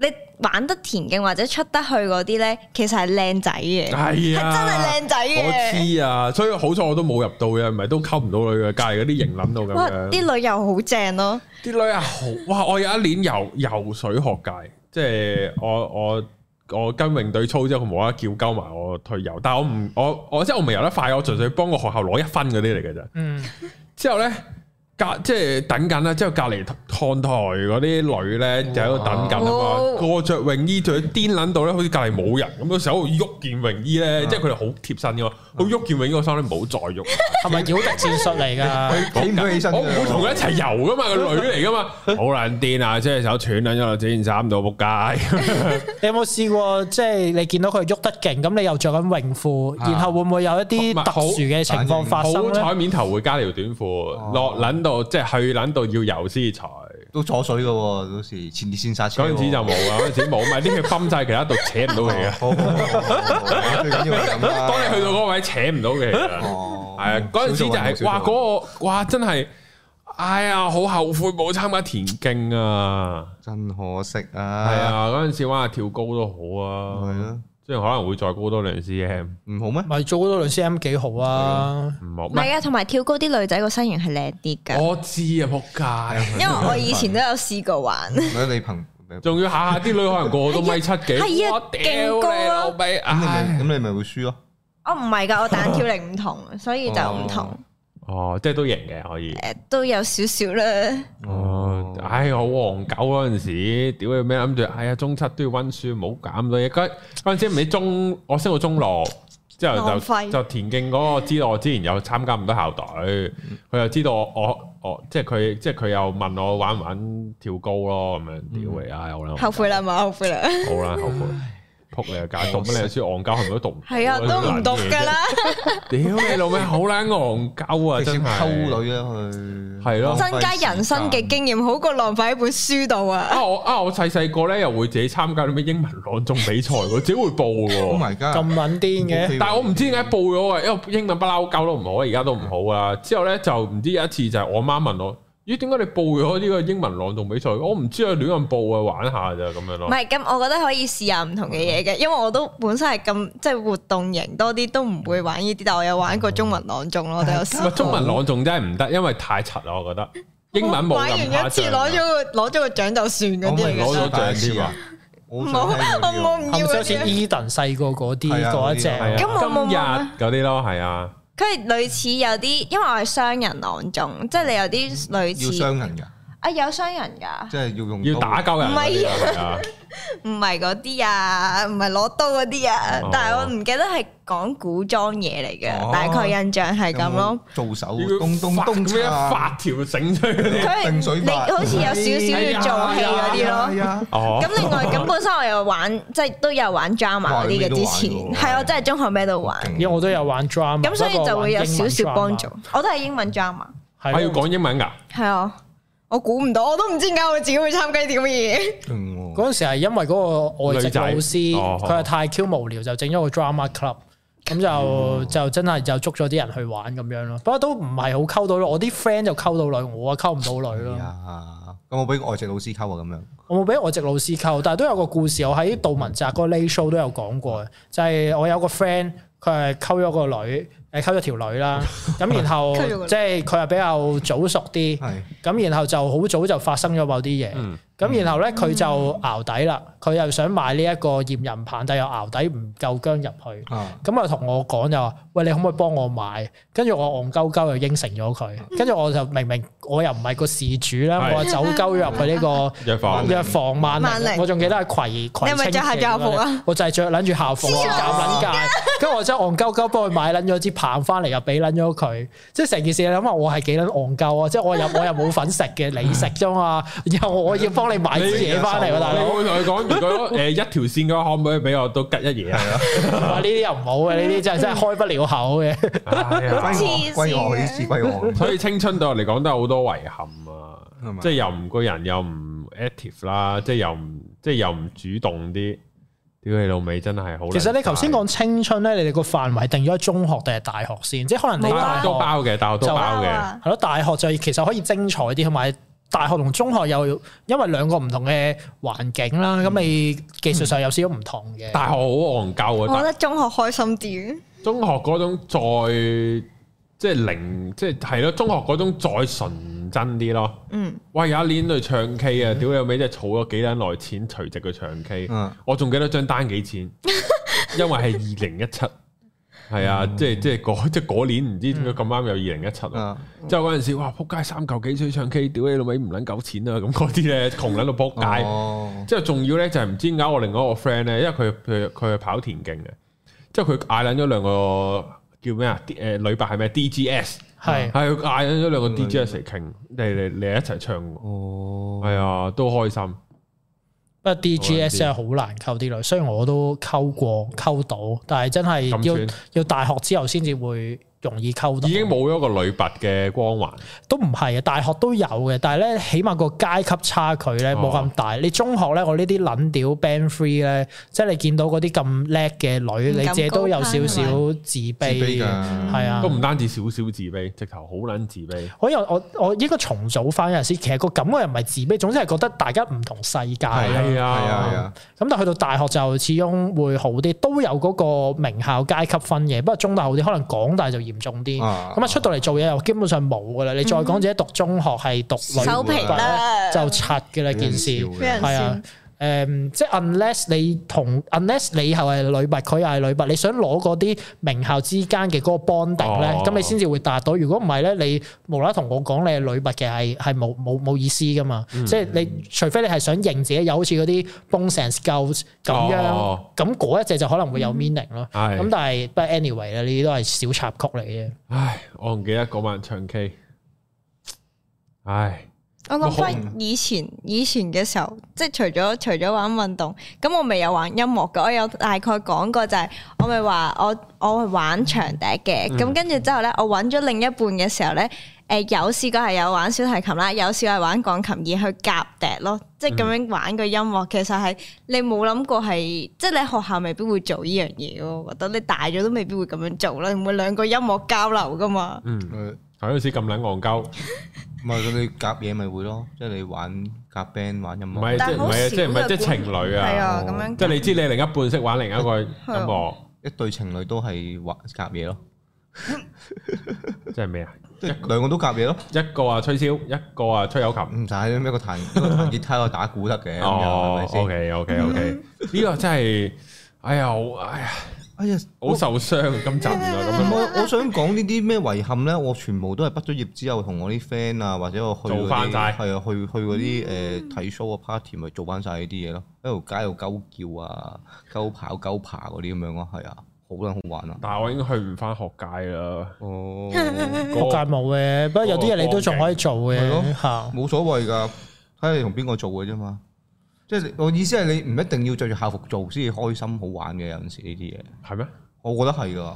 你玩得田徑或者出得去嗰啲咧，其實係靚仔嘅，
係
係真係
啊，
靚仔
我
嘅。
知啊，所以好彩我都冇入到嘅，唔係都溝唔到女嘅，隔係嗰啲型諗到
哇！
咁樣。
啲女又好正咯，
啲女啊好，哇！我有一年游游水學界，即係我我我跟泳隊操之後，佢冇得叫鳩埋我退游，但係我唔我我即係我唔係游得快，我純粹幫個學校攞一分嗰啲嚟嘅咋。
嗯，
之後咧隔即係等緊啦，之後隔離看台嗰啲女咧就喺度等緊啊嘛，
哇
個着泳衣仲要癲撚到咧，好似隔離冇人咁嗰時候喐件泳衣咧，
啊
即係佢哋好貼身噶嘛，好喐件泳衣，我心諗唔好再喐，
係咪繞敵戰術嚟㗎？
企唔到起身㗎
我唔會同佢一齊游噶嘛，個女嚟噶 嘛，好撚癲啊！即係手斷撚咗落件衫度，仆街，
你有冇試過即係你見到佢喐得勁，咁你又着緊泳褲，
啊
然後會唔會有一啲特殊嘅情況發
好
生哦咧？
彩面頭會加條短褲，落撚到即係去撚到要游先才。
都左水嘅喎，到時前列腺剎車喎。
嗰陣時就冇啊，嗰陣時冇，咪啲嘢泵晒其他度扯唔到氣啊！
好，好好好好好最緊要係咁
哦
啦。
當你去到嗰位扯唔到嘅，其實
哦
係啊，嗰陣時就係哇嗰個哇真係，哎呀好後悔冇參加田徑啊！
真可惜
係
啊，，
啊，嗰陣時哇跳高都好啊，
係咯，
即係可能會再高多兩 cm，
唔好咩？
咪做嗰兩 cm 幾好啊！
唔好
唔
咩？
係啊，同埋跳高啲女仔個身形係靚啲㗎，
我知啊，仆街！
因為我以前都有試 過玩。
唔你朋
仲要下下啲女可能個個都米七幾，
係啊啊
我屌你老味！
咁你咪
唉
咁你咪會輸咯。
我哦唔係㗎，我彈跳力唔同，所以就唔同，
哦，即係都贏嘅可以。
誒都有少少啦。
哦，唉，我黃狗嗰陣時，屌你咩諗住，哎呀，中七都要温書，唔好搞咁多嘢。嗰嗰陣時唔知中，我升到中六，之後
浪
就
費
就田徑嗰個知道我之前有參加咁多校隊，佢又知道我我我即係佢即係佢又問我玩唔玩跳高咯咁樣，屌你啊，好啦，
後悔啦，冇後悔啦，
好啦，後悔。仆你個街，讀乜你書戇鳩，係咪都讀唔到？
係啊，都唔讀㗎啦，
屌你老味，好撚戇鳩啊！
直接
真係
溝女啊，去
係咯
增加人生嘅經驗好過浪費喺本書度啊！
啊我啊我細細個咧又會自己參加啲咩英文朗誦比賽喎，自己會報 嘅
Oh
喎。
my
咁
god！
撚癲嘅，
但係我唔知點解報咗啊，因為英文不嬲鳩都唔好，而家都唔好啊。之後咧就唔知有一次就係我媽問我：咦，點解你報咗呢個英文朗誦比賽？我唔知啊，亂咁報啊，玩下咋咁樣
唔
咯。
係，咁我覺得可以試下唔同嘅嘢
嗯
嘅，因為我都本身係咁即係活動型多啲，都唔會玩呢啲，但我有玩過中文朗誦咯，我都有試
唔係中文朗誦真係唔得，因為太柒啦，我覺得。英文冇
玩完
咁誇
一次
張
攞
啊。
咗個攞咗個獎就算嗰
我
啲
咪
嚟
攞
嘅
咗
啫，
獎添啊！
我
冇，
想聽嗰啲喎
我
係
唔
咪
要
好
嗰
似
啲啊。
Eden 細個嗰啲
係啊
嗰一
嗰啲
隻？
係
咁我冇
啊，今日嗰啲咯，係啊，
佢係類似有啲，因為我係雙人朗誦，即係你有啲
要
類似
傷人㗎，
啊有雙人㗎，
即係要用
要
刀
打鳩人嗰啲啊。係啊
唔係嗰啲啊，唔係攞刀嗰啲啊
哦，
但係我唔記得係講古裝嘢嚟
哦
嘅，大概印象係咁咯。，
有冇做手
要
東東
發
東
咁樣一
叉
發條繩出去嗰啲。
佢
定水
你
法
好似有少
哎
少要做戲嗰啲
哎
咯。
呀
哦
咁另外咁本身我有玩，即係都有玩 drama 嗰啲嘅之前，
哇你咩都玩喎
係啊我真係中學咩都玩，
勁
因為我都有玩 drama，
咁所以就會有少少幫助
不過。
我都係英文 drama，
我
玩英文 drama。係
啊要講英文㗎。
係啊，我估唔到，我都唔知點解我自己會參加呢啲咁嘅嘢。
勁喎
嗰陣時係因為嗰個外籍老
嗯女
師，
仔哦
佢係太 Q 無聊，就整咗個 drama club，咁
嗯
就就真係就捉咗啲人去玩咁樣咯。不過都唔係好溝到女，我啲 friend 就溝到女，我啊溝唔到女咯。
呀，咁我俾外籍老師溝啊，咁樣
我冇俾外籍老師溝，但係都有個故事，我喺杜汶澤嗰個 lay show 都有講過嘅，就係、我有個 friend 佢係溝咗個女，誒溝咗條女啦，咁然後
溝咗個女
即係佢係比較早熟啲，
係
咁然後就好早就發生咗某啲嘢，
嗯
咁然後咧佢就熬底啦，佢又想買呢一個驗孕棒，但又熬底唔夠姜入去。
啊，
咁啊同我講就話，喂你可唔可以幫我買？跟住我戇鳩鳩就應承咗佢，跟住我就明明我又唔係個事主啦，
係
我就走鳩咗入去呢個。
藥房
藥房萬
萬
寧，
寧
我仲記得係葵葵
你係咪
青
着下
記嗰
校服啊
啲我就係着撚住校服，
黐
我
線
教撚界，跟住我真係戇鳩鳩幫佢買撚咗支棒翻嚟又俾撚咗佢，即係成件事你諗下，我係幾撚戇鳩啊！即係我又 我又冇份食嘅，你食啫嘛，然後我要幫你買支嘢翻嚟喎，大佬
你。 會同佢講，如果呃誒一條線嘅話，可唔可以俾我都吉一嘢啊？
哇！呢啲又唔好嘅，呢啲 真係真係開不了口嘅。
歸我歸我呢次歸我，
所以青春對我嚟講都有好多遺憾啊
係嘛，
即係又唔個人又唔 active 啦，即係又唔即係又唔主動啲，屌你老味真係好。
其實你頭先講青春咧，你哋個範圍定咗喺中學定係大學先？即係可能你
冇
大
大
學
學
都包嘅，大學都包嘅，
係咯，啊大學就其實可以精彩啲，同埋大學同中學又因為兩個唔同嘅環境
嗯
啦，咁你技術上有少少唔同嘅。
大學好戇鳩
我
啊
覺！得中學開心啲，
但中學嗰種再即係零，即係係咯，中學嗰種再純真啲咯。
嗯，
喂，有一年去唱 K 啊，屌你老味，真係儲咗幾撚耐錢，隨即去唱 K。
嗯
我仲記得張單幾錢，因為係二零一七，係啊，即係即係嗰即係嗰年唔知點解咁啱有二零一七啊。
啊，
之後嗰陣時，哇，撲街三嚿幾水唱 K，屌你老味唔撚夠錢啊！咁嗰啲咧，窮撚到撲街。
哦，
之後仲要咧就係唔知點解我另外一個 friend 咧，因為佢佢佢係跑田徑嘅，之後佢嗌撚咗兩個叫咩啊？誒女白係咩？DGS
係
係佢嗌撚咗兩個 DGS 嚟傾，你你你一齊唱喎。
哦，
係啊，都開心。
不過 DGS 真係好難溝啲女，雖然我都溝過溝到，但係真係
咁
要
算
要大學之後先至會容易溝到。
已經冇咗個女拔嘅光環，
都唔係嘅，啊大學都有嘅，但係咧，起碼個階級差距
哦
咧冇咁大。你中學咧，我呢啲撚屌 band three 咧，即係你見到嗰啲咁叻嘅女，
唔
你
敢
自己都有少少自卑
自卑
嘅，
㗎，
係啊
都。唔單止少少自卑，直頭好撚自卑。
我有我我應該重組翻有陣時，其實個感覺又唔係自卑，總之係覺得大家唔同世界啦。
係
係啊係
啊，
啊，
咁但去到大學就始終會好啲，都有嗰個名校階級分嘅。不過中大好啲，可能港大就嚴重啲。
啊
咁啊出到嚟做嘢又基本上冇噶啦。你再講自己讀中學係讀女
手皮
拔呢
啦，
就柒嘅啦件事。
有
俾
人
人
笑
係啊
笑。
誒、即係 unless 你同 unless 你係係女拔，佢又係女拔，你想攞嗰啲名校之間嘅嗰個 bonding 咧、
哦
咁你先至會達到。如果唔係咧，你無啦啦同我講你係女拔嘅係係冇冇冇意思噶嘛。即係你除非你係想認自己有好似嗰啲 Bones and Skulls 咁樣，
哦
咁嗰、一隻就可能會有 meaning 咯。
係
咁、但係不過 anyway 咧，呢啲都係小插曲嚟嘅。
唉，我唔記得嗰晚唱 K，唉，
我諗翻以前以前嘅時候，即係除咗除咗玩運動，咁我咪有玩音樂嘅。我有大概講過就係、我咪話我我係玩長笛
嗯
嘅，咁跟住之後咧，我揾咗另一半嘅時候咧，誒、有試過係有玩小提琴啦，有試過係玩鋼琴而去夾笛咯，即係
嗯
咁樣玩個音樂。其實係你冇諗過係，即係你喺學校未必會做呢樣嘢咯。我覺得你大咗都未必會咁樣做啦，唔會兩個音樂交流噶嘛。
嗯，
誒
係嗰時咁撚戇鳩，
唔係咁你夾嘢咪會咯，即係你玩夾 band 玩音
唔
樂
係，即
但
係唔
係好
係啊
少
即係唔係即係情侶
係
啊，
啊，咁樣
即係你知你另一半識玩另一個音樂，
一對情侶都係玩夾嘢咯，
即係咩啊？
即係兩個都夾嘢咯，
一個啊吹簫，一個啊吹口琴。
唔使一個彈一個彈吉他，一個打鼓得嘅，咁樣係
哦
咪先？
Ờ, ，OK OK OK，呢個真係，哎呀，好哎呀，
哎呀，
好受傷啊今集原來咁樣。
我我想講呢啲咩遺憾咧，我全部都係畢咗業之後同我啲 friend 啊，或者我去嗰啲
做返晒
係啊，去去嗰啲誒睇 show 啊 party 咪做翻晒呢啲嘢咯，喺條街度鳩叫啊、鳩跑、鳩爬嗰啲咁樣咯，係啊，好撚好玩啊！
但係我已經去唔翻學界啦。
哦，
嗰
學界冇嘅，不過有啲嘢你都仲可以做
係咯
嘅嚇。
冇所謂㗎，睇你同邊個做嘅啫嘛。即係你我意思係你唔一定要着住校服做先至開心好玩嘅，有陣時呢啲嘢。
係咩？
我覺得係㗎，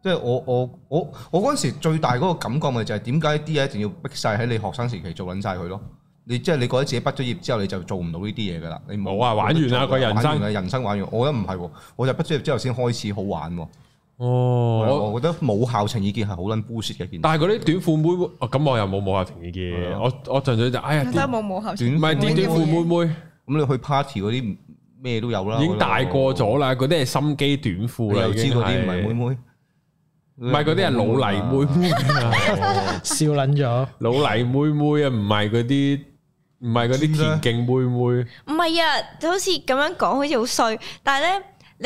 即係我我我我嗰陣時最大嗰個感覺咪就係點解啲嘢一定要逼晒喺你學生時期做撚晒佢咯？你即係你覺得自己畢咗業之後你就做唔到呢啲嘢㗎啦，你
冇啊玩完啦
冇得做
個人生
玩完啊啦人生玩完，我覺得唔係喎，我就畢咗業之後先開始好玩喎。
哦，
我覺得冇校情意見係好撚 bullshit 嘅一件事。
但係嗰啲短褲妹，哦咁我又冇冇下情意
係
見，
啊
我我純粹就哎呀，
真
短
係冇冇
短
後
唔係短短褲妹妹
咁你去 party 嗰啲咩都有啦，
已經大個咗
啦，
啦，嗰啲係心機短
你
褲啦，
又
已
知
經
嗰啲唔係妹妹，
唔係嗰啲係老 泥妹妹啊，
笑撚咗。
老泥妹妹啊，唔係嗰啲唔係嗰啲田徑妹妹，
唔係啊，就好似咁樣講，好似好衰。但係咧，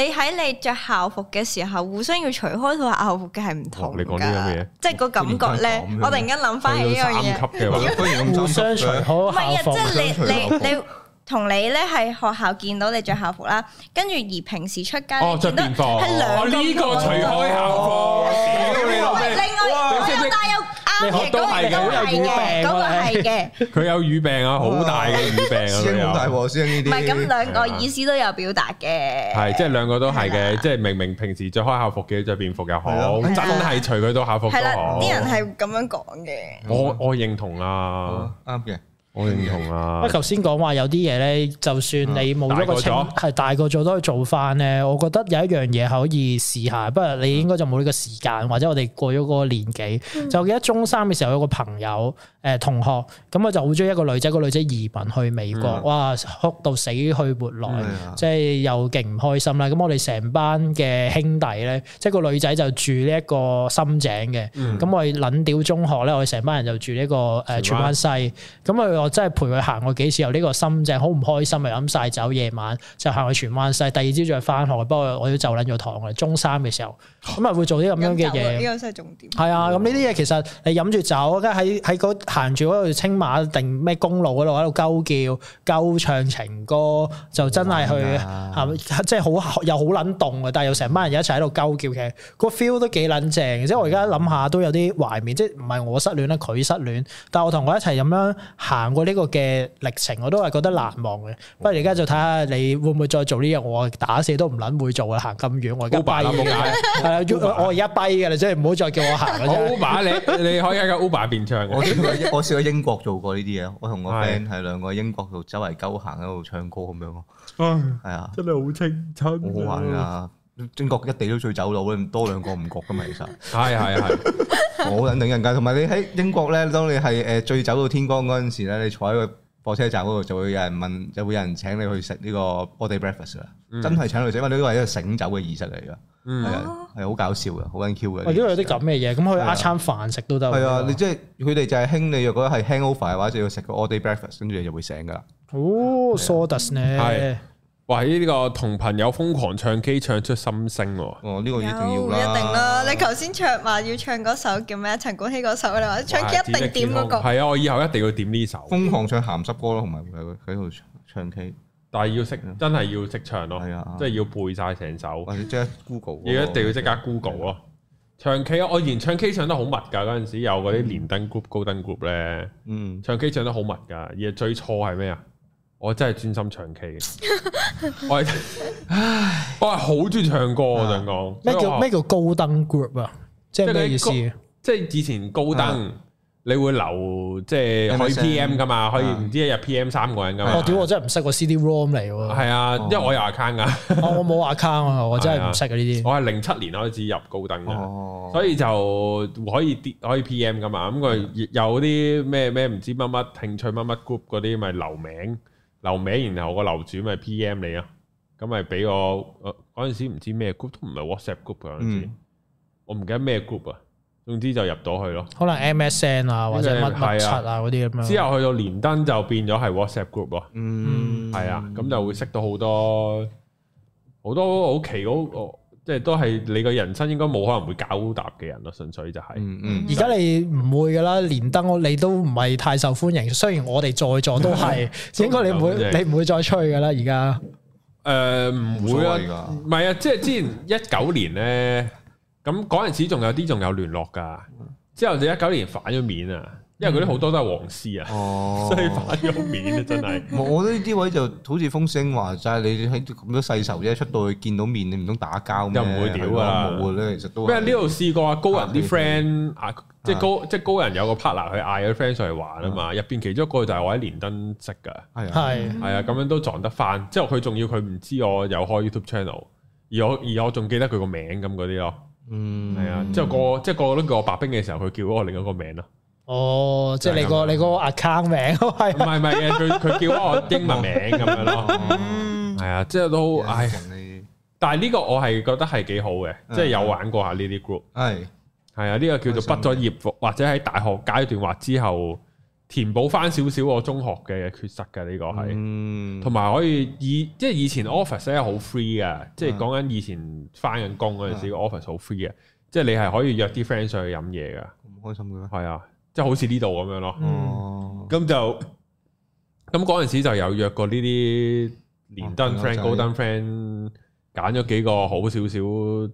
你喺你着校服嘅時候，互相要除開套校服嘅係唔同
哦
㗎
你講呢樣嘢
即係個感覺咧
忽然間講咁。樣
我突然間諗翻起呢
去到
樣
三
嘢，
級嘅話，
不如咁
互
爭執
相
嘅
除好
唔係
校
啊，即
服。
互相除
係你
校服
你你同你咧係學校見到你着校服啦，跟住而平時出街
哦，
你
着
見到
便服，
係兩
我
個
呢個除開校服，屌你老
喂
味！
另外
哇
我有帶有啱嘅，嗰
都係
個
嘅
都
好
係
有語
嘅，
病
嗰個
啊
係嘅。
佢有乳病啊，好大嘅乳病啊，
師
佢
兄好大
有。
鑊，師兄呢
唔
啲。
係咁兩個
係啊
意思都有表達嘅，
系，即係兩個都係
係
嘅，
啦
即係明明平時着開校服嘅着便服又好
係，咯
真係除佢到校服
係
都
啦，
好。
啲人係咁樣講嘅。
我我認同啊，
哦啱嘅，
我認同啊
不過。頭先講話有啲嘢咧，就算你冇咗個清，
大個咗
係大個咗都可以做翻咧。我覺得有一樣嘢可以試下，不過你應該就冇呢個時間，或者我哋過咗嗰個年紀。就我記得中三嘅時候有個朋友誒、同學，咁我就好中意一個女仔，個女仔移民去美國，
嗯
哇哭到死去活來。
係啊
即係又勁唔開心啦。咁我哋成班嘅兄弟咧，即係個女仔就住呢一個深井嘅，咁、
嗯
我哋撚屌中學咧，我哋成班人就住呢、個誒荃
荃
灣
灣
西。咁佢我真係陪佢行過幾次，由呢個深井好唔開心，咪飲晒酒，夜晚就行去荃灣西。第二朝再翻學，不過我要就撚咗堂嘅，中三嘅 時候，咁啊會做啲咁樣
飲
嘅
酒啊
嘢
呢。個先係重點。
係啊，咁呢啲嘢其實你飲住酒，跟住喺喺嗰行住嗰度青馬定咩公路嗰度喺度鳩叫、鳩唱情歌，就真係
哦
去係咪啊即係好又好撚凍嘅，但係又成班人一齊喺度鳩叫嘅，個 feel 都幾撚正嘅。即係我而家諗下都有啲懷緬，即係唔係我失戀啦，佢失戀，但係我同佢一齊咁樣行過呢個嘅歷程，我都係覺得難忘嘅。不過而家就睇下你會唔會再做呢樣，我打死都唔撚會做啊！行咁遠，我而家
Uber 啦，
跛
冇
嘅
解。
係啊，要我而家跛㗎啦，即係唔好再叫我行啦，真係
Uber 你你可以喺個 Uber 變唱
我
嘅，
試過我試過英國做過呢啲嘢，我同我
係
friend 喺兩個英國度周圍鳩行喺度唱歌咁樣咯，係啊，
真係好啊青春
好好玩！啊噶。英國一地都醉走佬，多兩個唔覺噶嘛， 其實
係係 係，
我好撚頂人㗎。同埋你喺英國咧，當你係誒醉走到天光嗰陣時咧，你坐喺個火車站嗰度就會有人問，就會有人請你去食呢個 all day breakfast 啦，真係請你食，因為呢個係一個醒酒嘅儀式嚟㗎，係
嗯，
啊，係好搞笑嘅，好撚 Q 嘅。
喂，呢度有啲咁嘅嘢，咁可以
係啊
呃餐飯食都得喎。
係啊，你即係佢哋就係興你，若果係 hangover 嘅話，就要食個 all day breakfast，跟住你就會醒噶啦。
哦 s o d a s
係
咧，
哇！呢個同朋友瘋狂唱 K 唱出心聲喎，
哦，呢個
有
一定要
一
啦，
定啦！你頭先唱話要唱嗰首叫咩？陳冠希嗰首你話唱 K 一定點嗰個，
係啊！我以後一定要點呢首，
瘋狂唱鹹濕歌咯，同埋佢喺度唱 K，
但係要識真係要識唱咯
嗯係啊，
即係要背晒成首。
或者即刻 Google，
要一定要即刻 Google 啊咯。唱 K 啊我以前唱 K 唱得好密㗎，嗰陣時有嗰啲連登 group、高登 group 咧，
嗯，
唱 K 唱得好密㗎。而最錯係咩啊？我真係專心唱 K 嘅，我係我係好中意唱歌，我想講
啊
所
咩
以我
叫咩叫高登 group 啊？即係咩意思？啊
即係
係
即係以前高
啊
登。你會留即係可以
MSN
PM 㗎嘛？可以
啊
唔知一日 PM 三個人㗎嘛？
哦我屌，哦我真係唔識喎，CD ROM 嚟喎。
啊係啊，因為我有 account 㗎，
我我冇 account 啊，我真係唔識啊呢啲。
我係零七年開始入高登㗎。
哦，
啊所以就可以啲可以 PM 噶嘛，咁佢
啊
有啲咩咩唔知乜乜興趣乜乜 group 嗰啲，咪留名留名，然後個樓主咪 PM 你啊，咁咪俾我呃嗰陣時唔知咩 group 都唔係 WhatsApp group 㗎嗰陣時，
嗯
我唔記得咩 group 啊，總之就入到去咯。
可能 MSN 啊，或者乜
應該係
乜
啊
七啊嗰啲咁樣。
之後去到連登就變咗係 WhatsApp group 咯，
嗯，
係啊，咁就會識到好多好多好奇嗰即係都係你個人生應該冇可能會交搭嘅人咯，純粹就係、
嗯嗯
而家你唔會噶啦，連登我你都唔係太受歡迎。雖然我哋在座都 係，應該你唔
都唔受
會
歡
你唔會再吹噶啦。而家
誒唔、
冇所
會啊
謂。㗎，
唔係啊，即係之前一九年咧，咁嗰陣時仲有啲仲有聯絡噶，之後就一九年反咗面啊，因為嗰啲好多都係黃絲啊，
哦，
所以反咗面啊，真係。
我我覺得呢啲位就好似風聲話齋，你喺咁多世仇啫，出到去見到面，你唔通打交咩？
又唔會屌㗎啦
係咯冇嘅啊咧，其實都
咩
係
呢度試過啊？高人啲
啊
friend 啊，即係高即係高人有個 partner 去嗌佢 friend 上嚟玩啊嘛，入邊其中一個就係我喺連登識噶，
係啊，
係
係啊，咁樣都撞得翻。之後佢仲要佢唔知我有開 YouTube channel，而我而我仲記得佢個名咁嗰啲咯，
嗯，
係啊。之後個即係個個都叫我白冰嘅時候，佢叫我另一個名咯。
哦，即係你
啊
個你個 account 名
唔
係
係唔係嘅，佢佢叫我英文名咁樣咯，
嗯
係啊，即係都
好
唉，
你
但係呢個我係覺得係幾好嘅，即係有玩過下呢啲 group，
係
係啊，呢個叫做畢咗業或者喺大學階段或之後填補翻少少我中學嘅缺失嘅呢個
Ừ.
係，
嗯
同埋可以以即係以前 office 咧好 free 嘅，即係講緊以前翻緊工嗰陣時個 office 好 free 嘅，即係你係可以約啲 friend 上去飲嘢㗎，
咁開心嘅咩？
Ừ.
係啊，即係好似呢度咁樣咯。
嗯
哦，
咁就咁嗰陣時就有約過呢啲連登
哦
friend、高
朋友仔
登 friend，揀咗幾個好少少，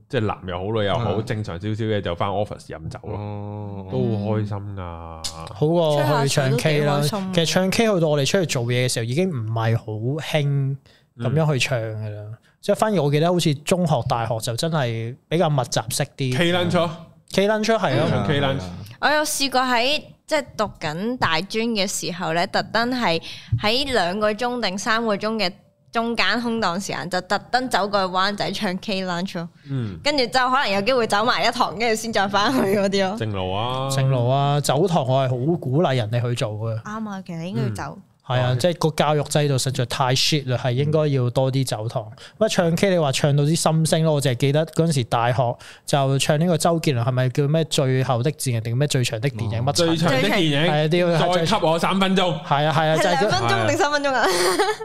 即係男又好，女又好，
啊
嗯
正常少少嘅就翻 office 飲
Ờ.
酒咯，
哦，
都好開心啊噶。
好過去唱 K 啦。
吹下水都幾開心
其實唱 K 去到我哋出去做嘢嘅時候，已經唔係好興咁樣
嗯
去唱噶啦。即係反而我記得好似中學、大學就真係比較密集式啲。
K 嗯 lunch 啊咯
K lunch 係
唱
咯，
K lunch
Dạ.
我有試過喺即係讀緊大專嘅時候咧，特登係喺兩個鐘定三個鐘嘅中間空檔時間，就特登走過去灣仔唱 K lunch 咯，
嗯，
跟住之後可能有機會走埋一堂，跟住先再翻去嗰啲咯。
正路啊，
正路啊，走堂我係好鼓勵人哋去做嘅。
啱啊，其實應該要走。
係
哦
啊，即係個教育制度實在太 shit 啦，係應該要多啲走堂。乜唱 K 你話唱到啲心聲咯，我淨係記得嗰陣時大學就唱呢個周杰倫係咪叫咩最後的戰役定咩最長的電影乜
哦最
柒？
長的電
係
影，
啊，屌係
再
最
給我三分鐘，
係啊係
係
啊，就係
兩
嗰
分鐘定三分鐘啊？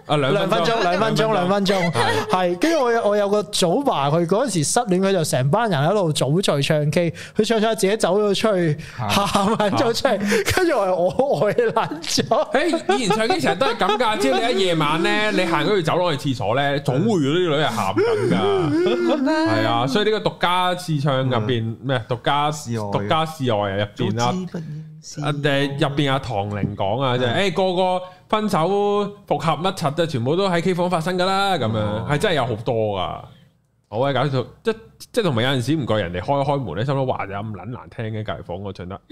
啊兩
兩分鐘，兩分鐘，兩分鐘，係。跟住我有我有個祖爸，佢嗰陣時失戀，佢就成班人喺度組聚唱 K，佢唱唱自己走咗出去，喊撚咗出嚟，跟住我又我愛 撚咗。
誒，以前唱 K 成日都係咁㗎，只要你一夜晚咧，你行嗰條走廊去廁所咧，總會遇到啲女係喊緊
嗯
㗎，係啊，所以呢個獨家試唱入邊咩獨家
示愛
獨家示愛啊入邊啊。啊誒入邊阿唐玲講啊，就
嗯
係誒個個分手復合乜柒啫，全部都喺 K 房發生噶啦，咁樣
哦
係真係有好多噶，好鬼搞笑！即即同埋有陣時唔覺人哋開開門咧，心諗話就咁撚難聽嘅隔離房我唱得，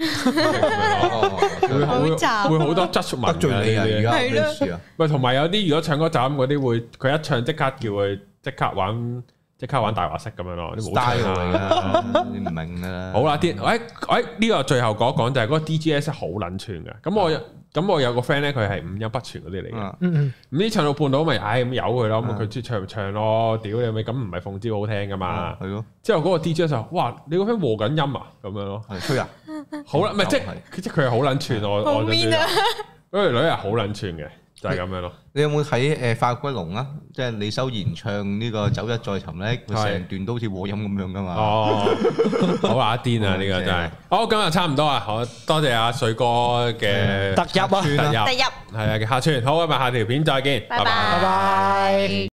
會
Ờ, 哦，
會
好雜
會好多 judgement
得罪你啊！而家
係咯
咩事啊？
喂，同埋有啲如果唱歌就咁嗰啲會，佢一唱即刻叫佢即刻玩即刻玩大話式咁樣咯，你冇
style Dạ,
唱啊！
嚟噶，你唔明噶啦。
好啦，啲誒誒呢個最後講一講就係嗰個 DGS 好撚串嘅，咁我有咁我有個 friend 咧，佢係五音不全嗰啲嚟嘅。
啊，
嗯嗯，
唔知唱到半路咪，唉咁由佢咯，咁
嗯
佢中意唱咪唱咯，屌你咪咁唔係鳳招好聽噶嘛。
係咯，
之後嗰個 DJ 就話：哇，你個 friend 和緊音啊，咁樣咯。
係吹啊，
好啦，唔係即係
就係
佢即係佢係好撚串我，
好
我
mean 啊！
嗰條女係好撚串嘅，就係咁樣咯。
你有冇睇誒《化骨龍》啊？即係李修賢唱呢個《走一再沉溺》，佢
係
成段都好似和音咁樣噶嘛。
哦，好乸癲啊！呢個真係。好，咁啊差唔多啊，好多謝阿水哥嘅
特入啊！
嗯
突入，
第入，
係啊嘅客串。好，咁啊下條片再見，
拜
拜
拜。
拜拜。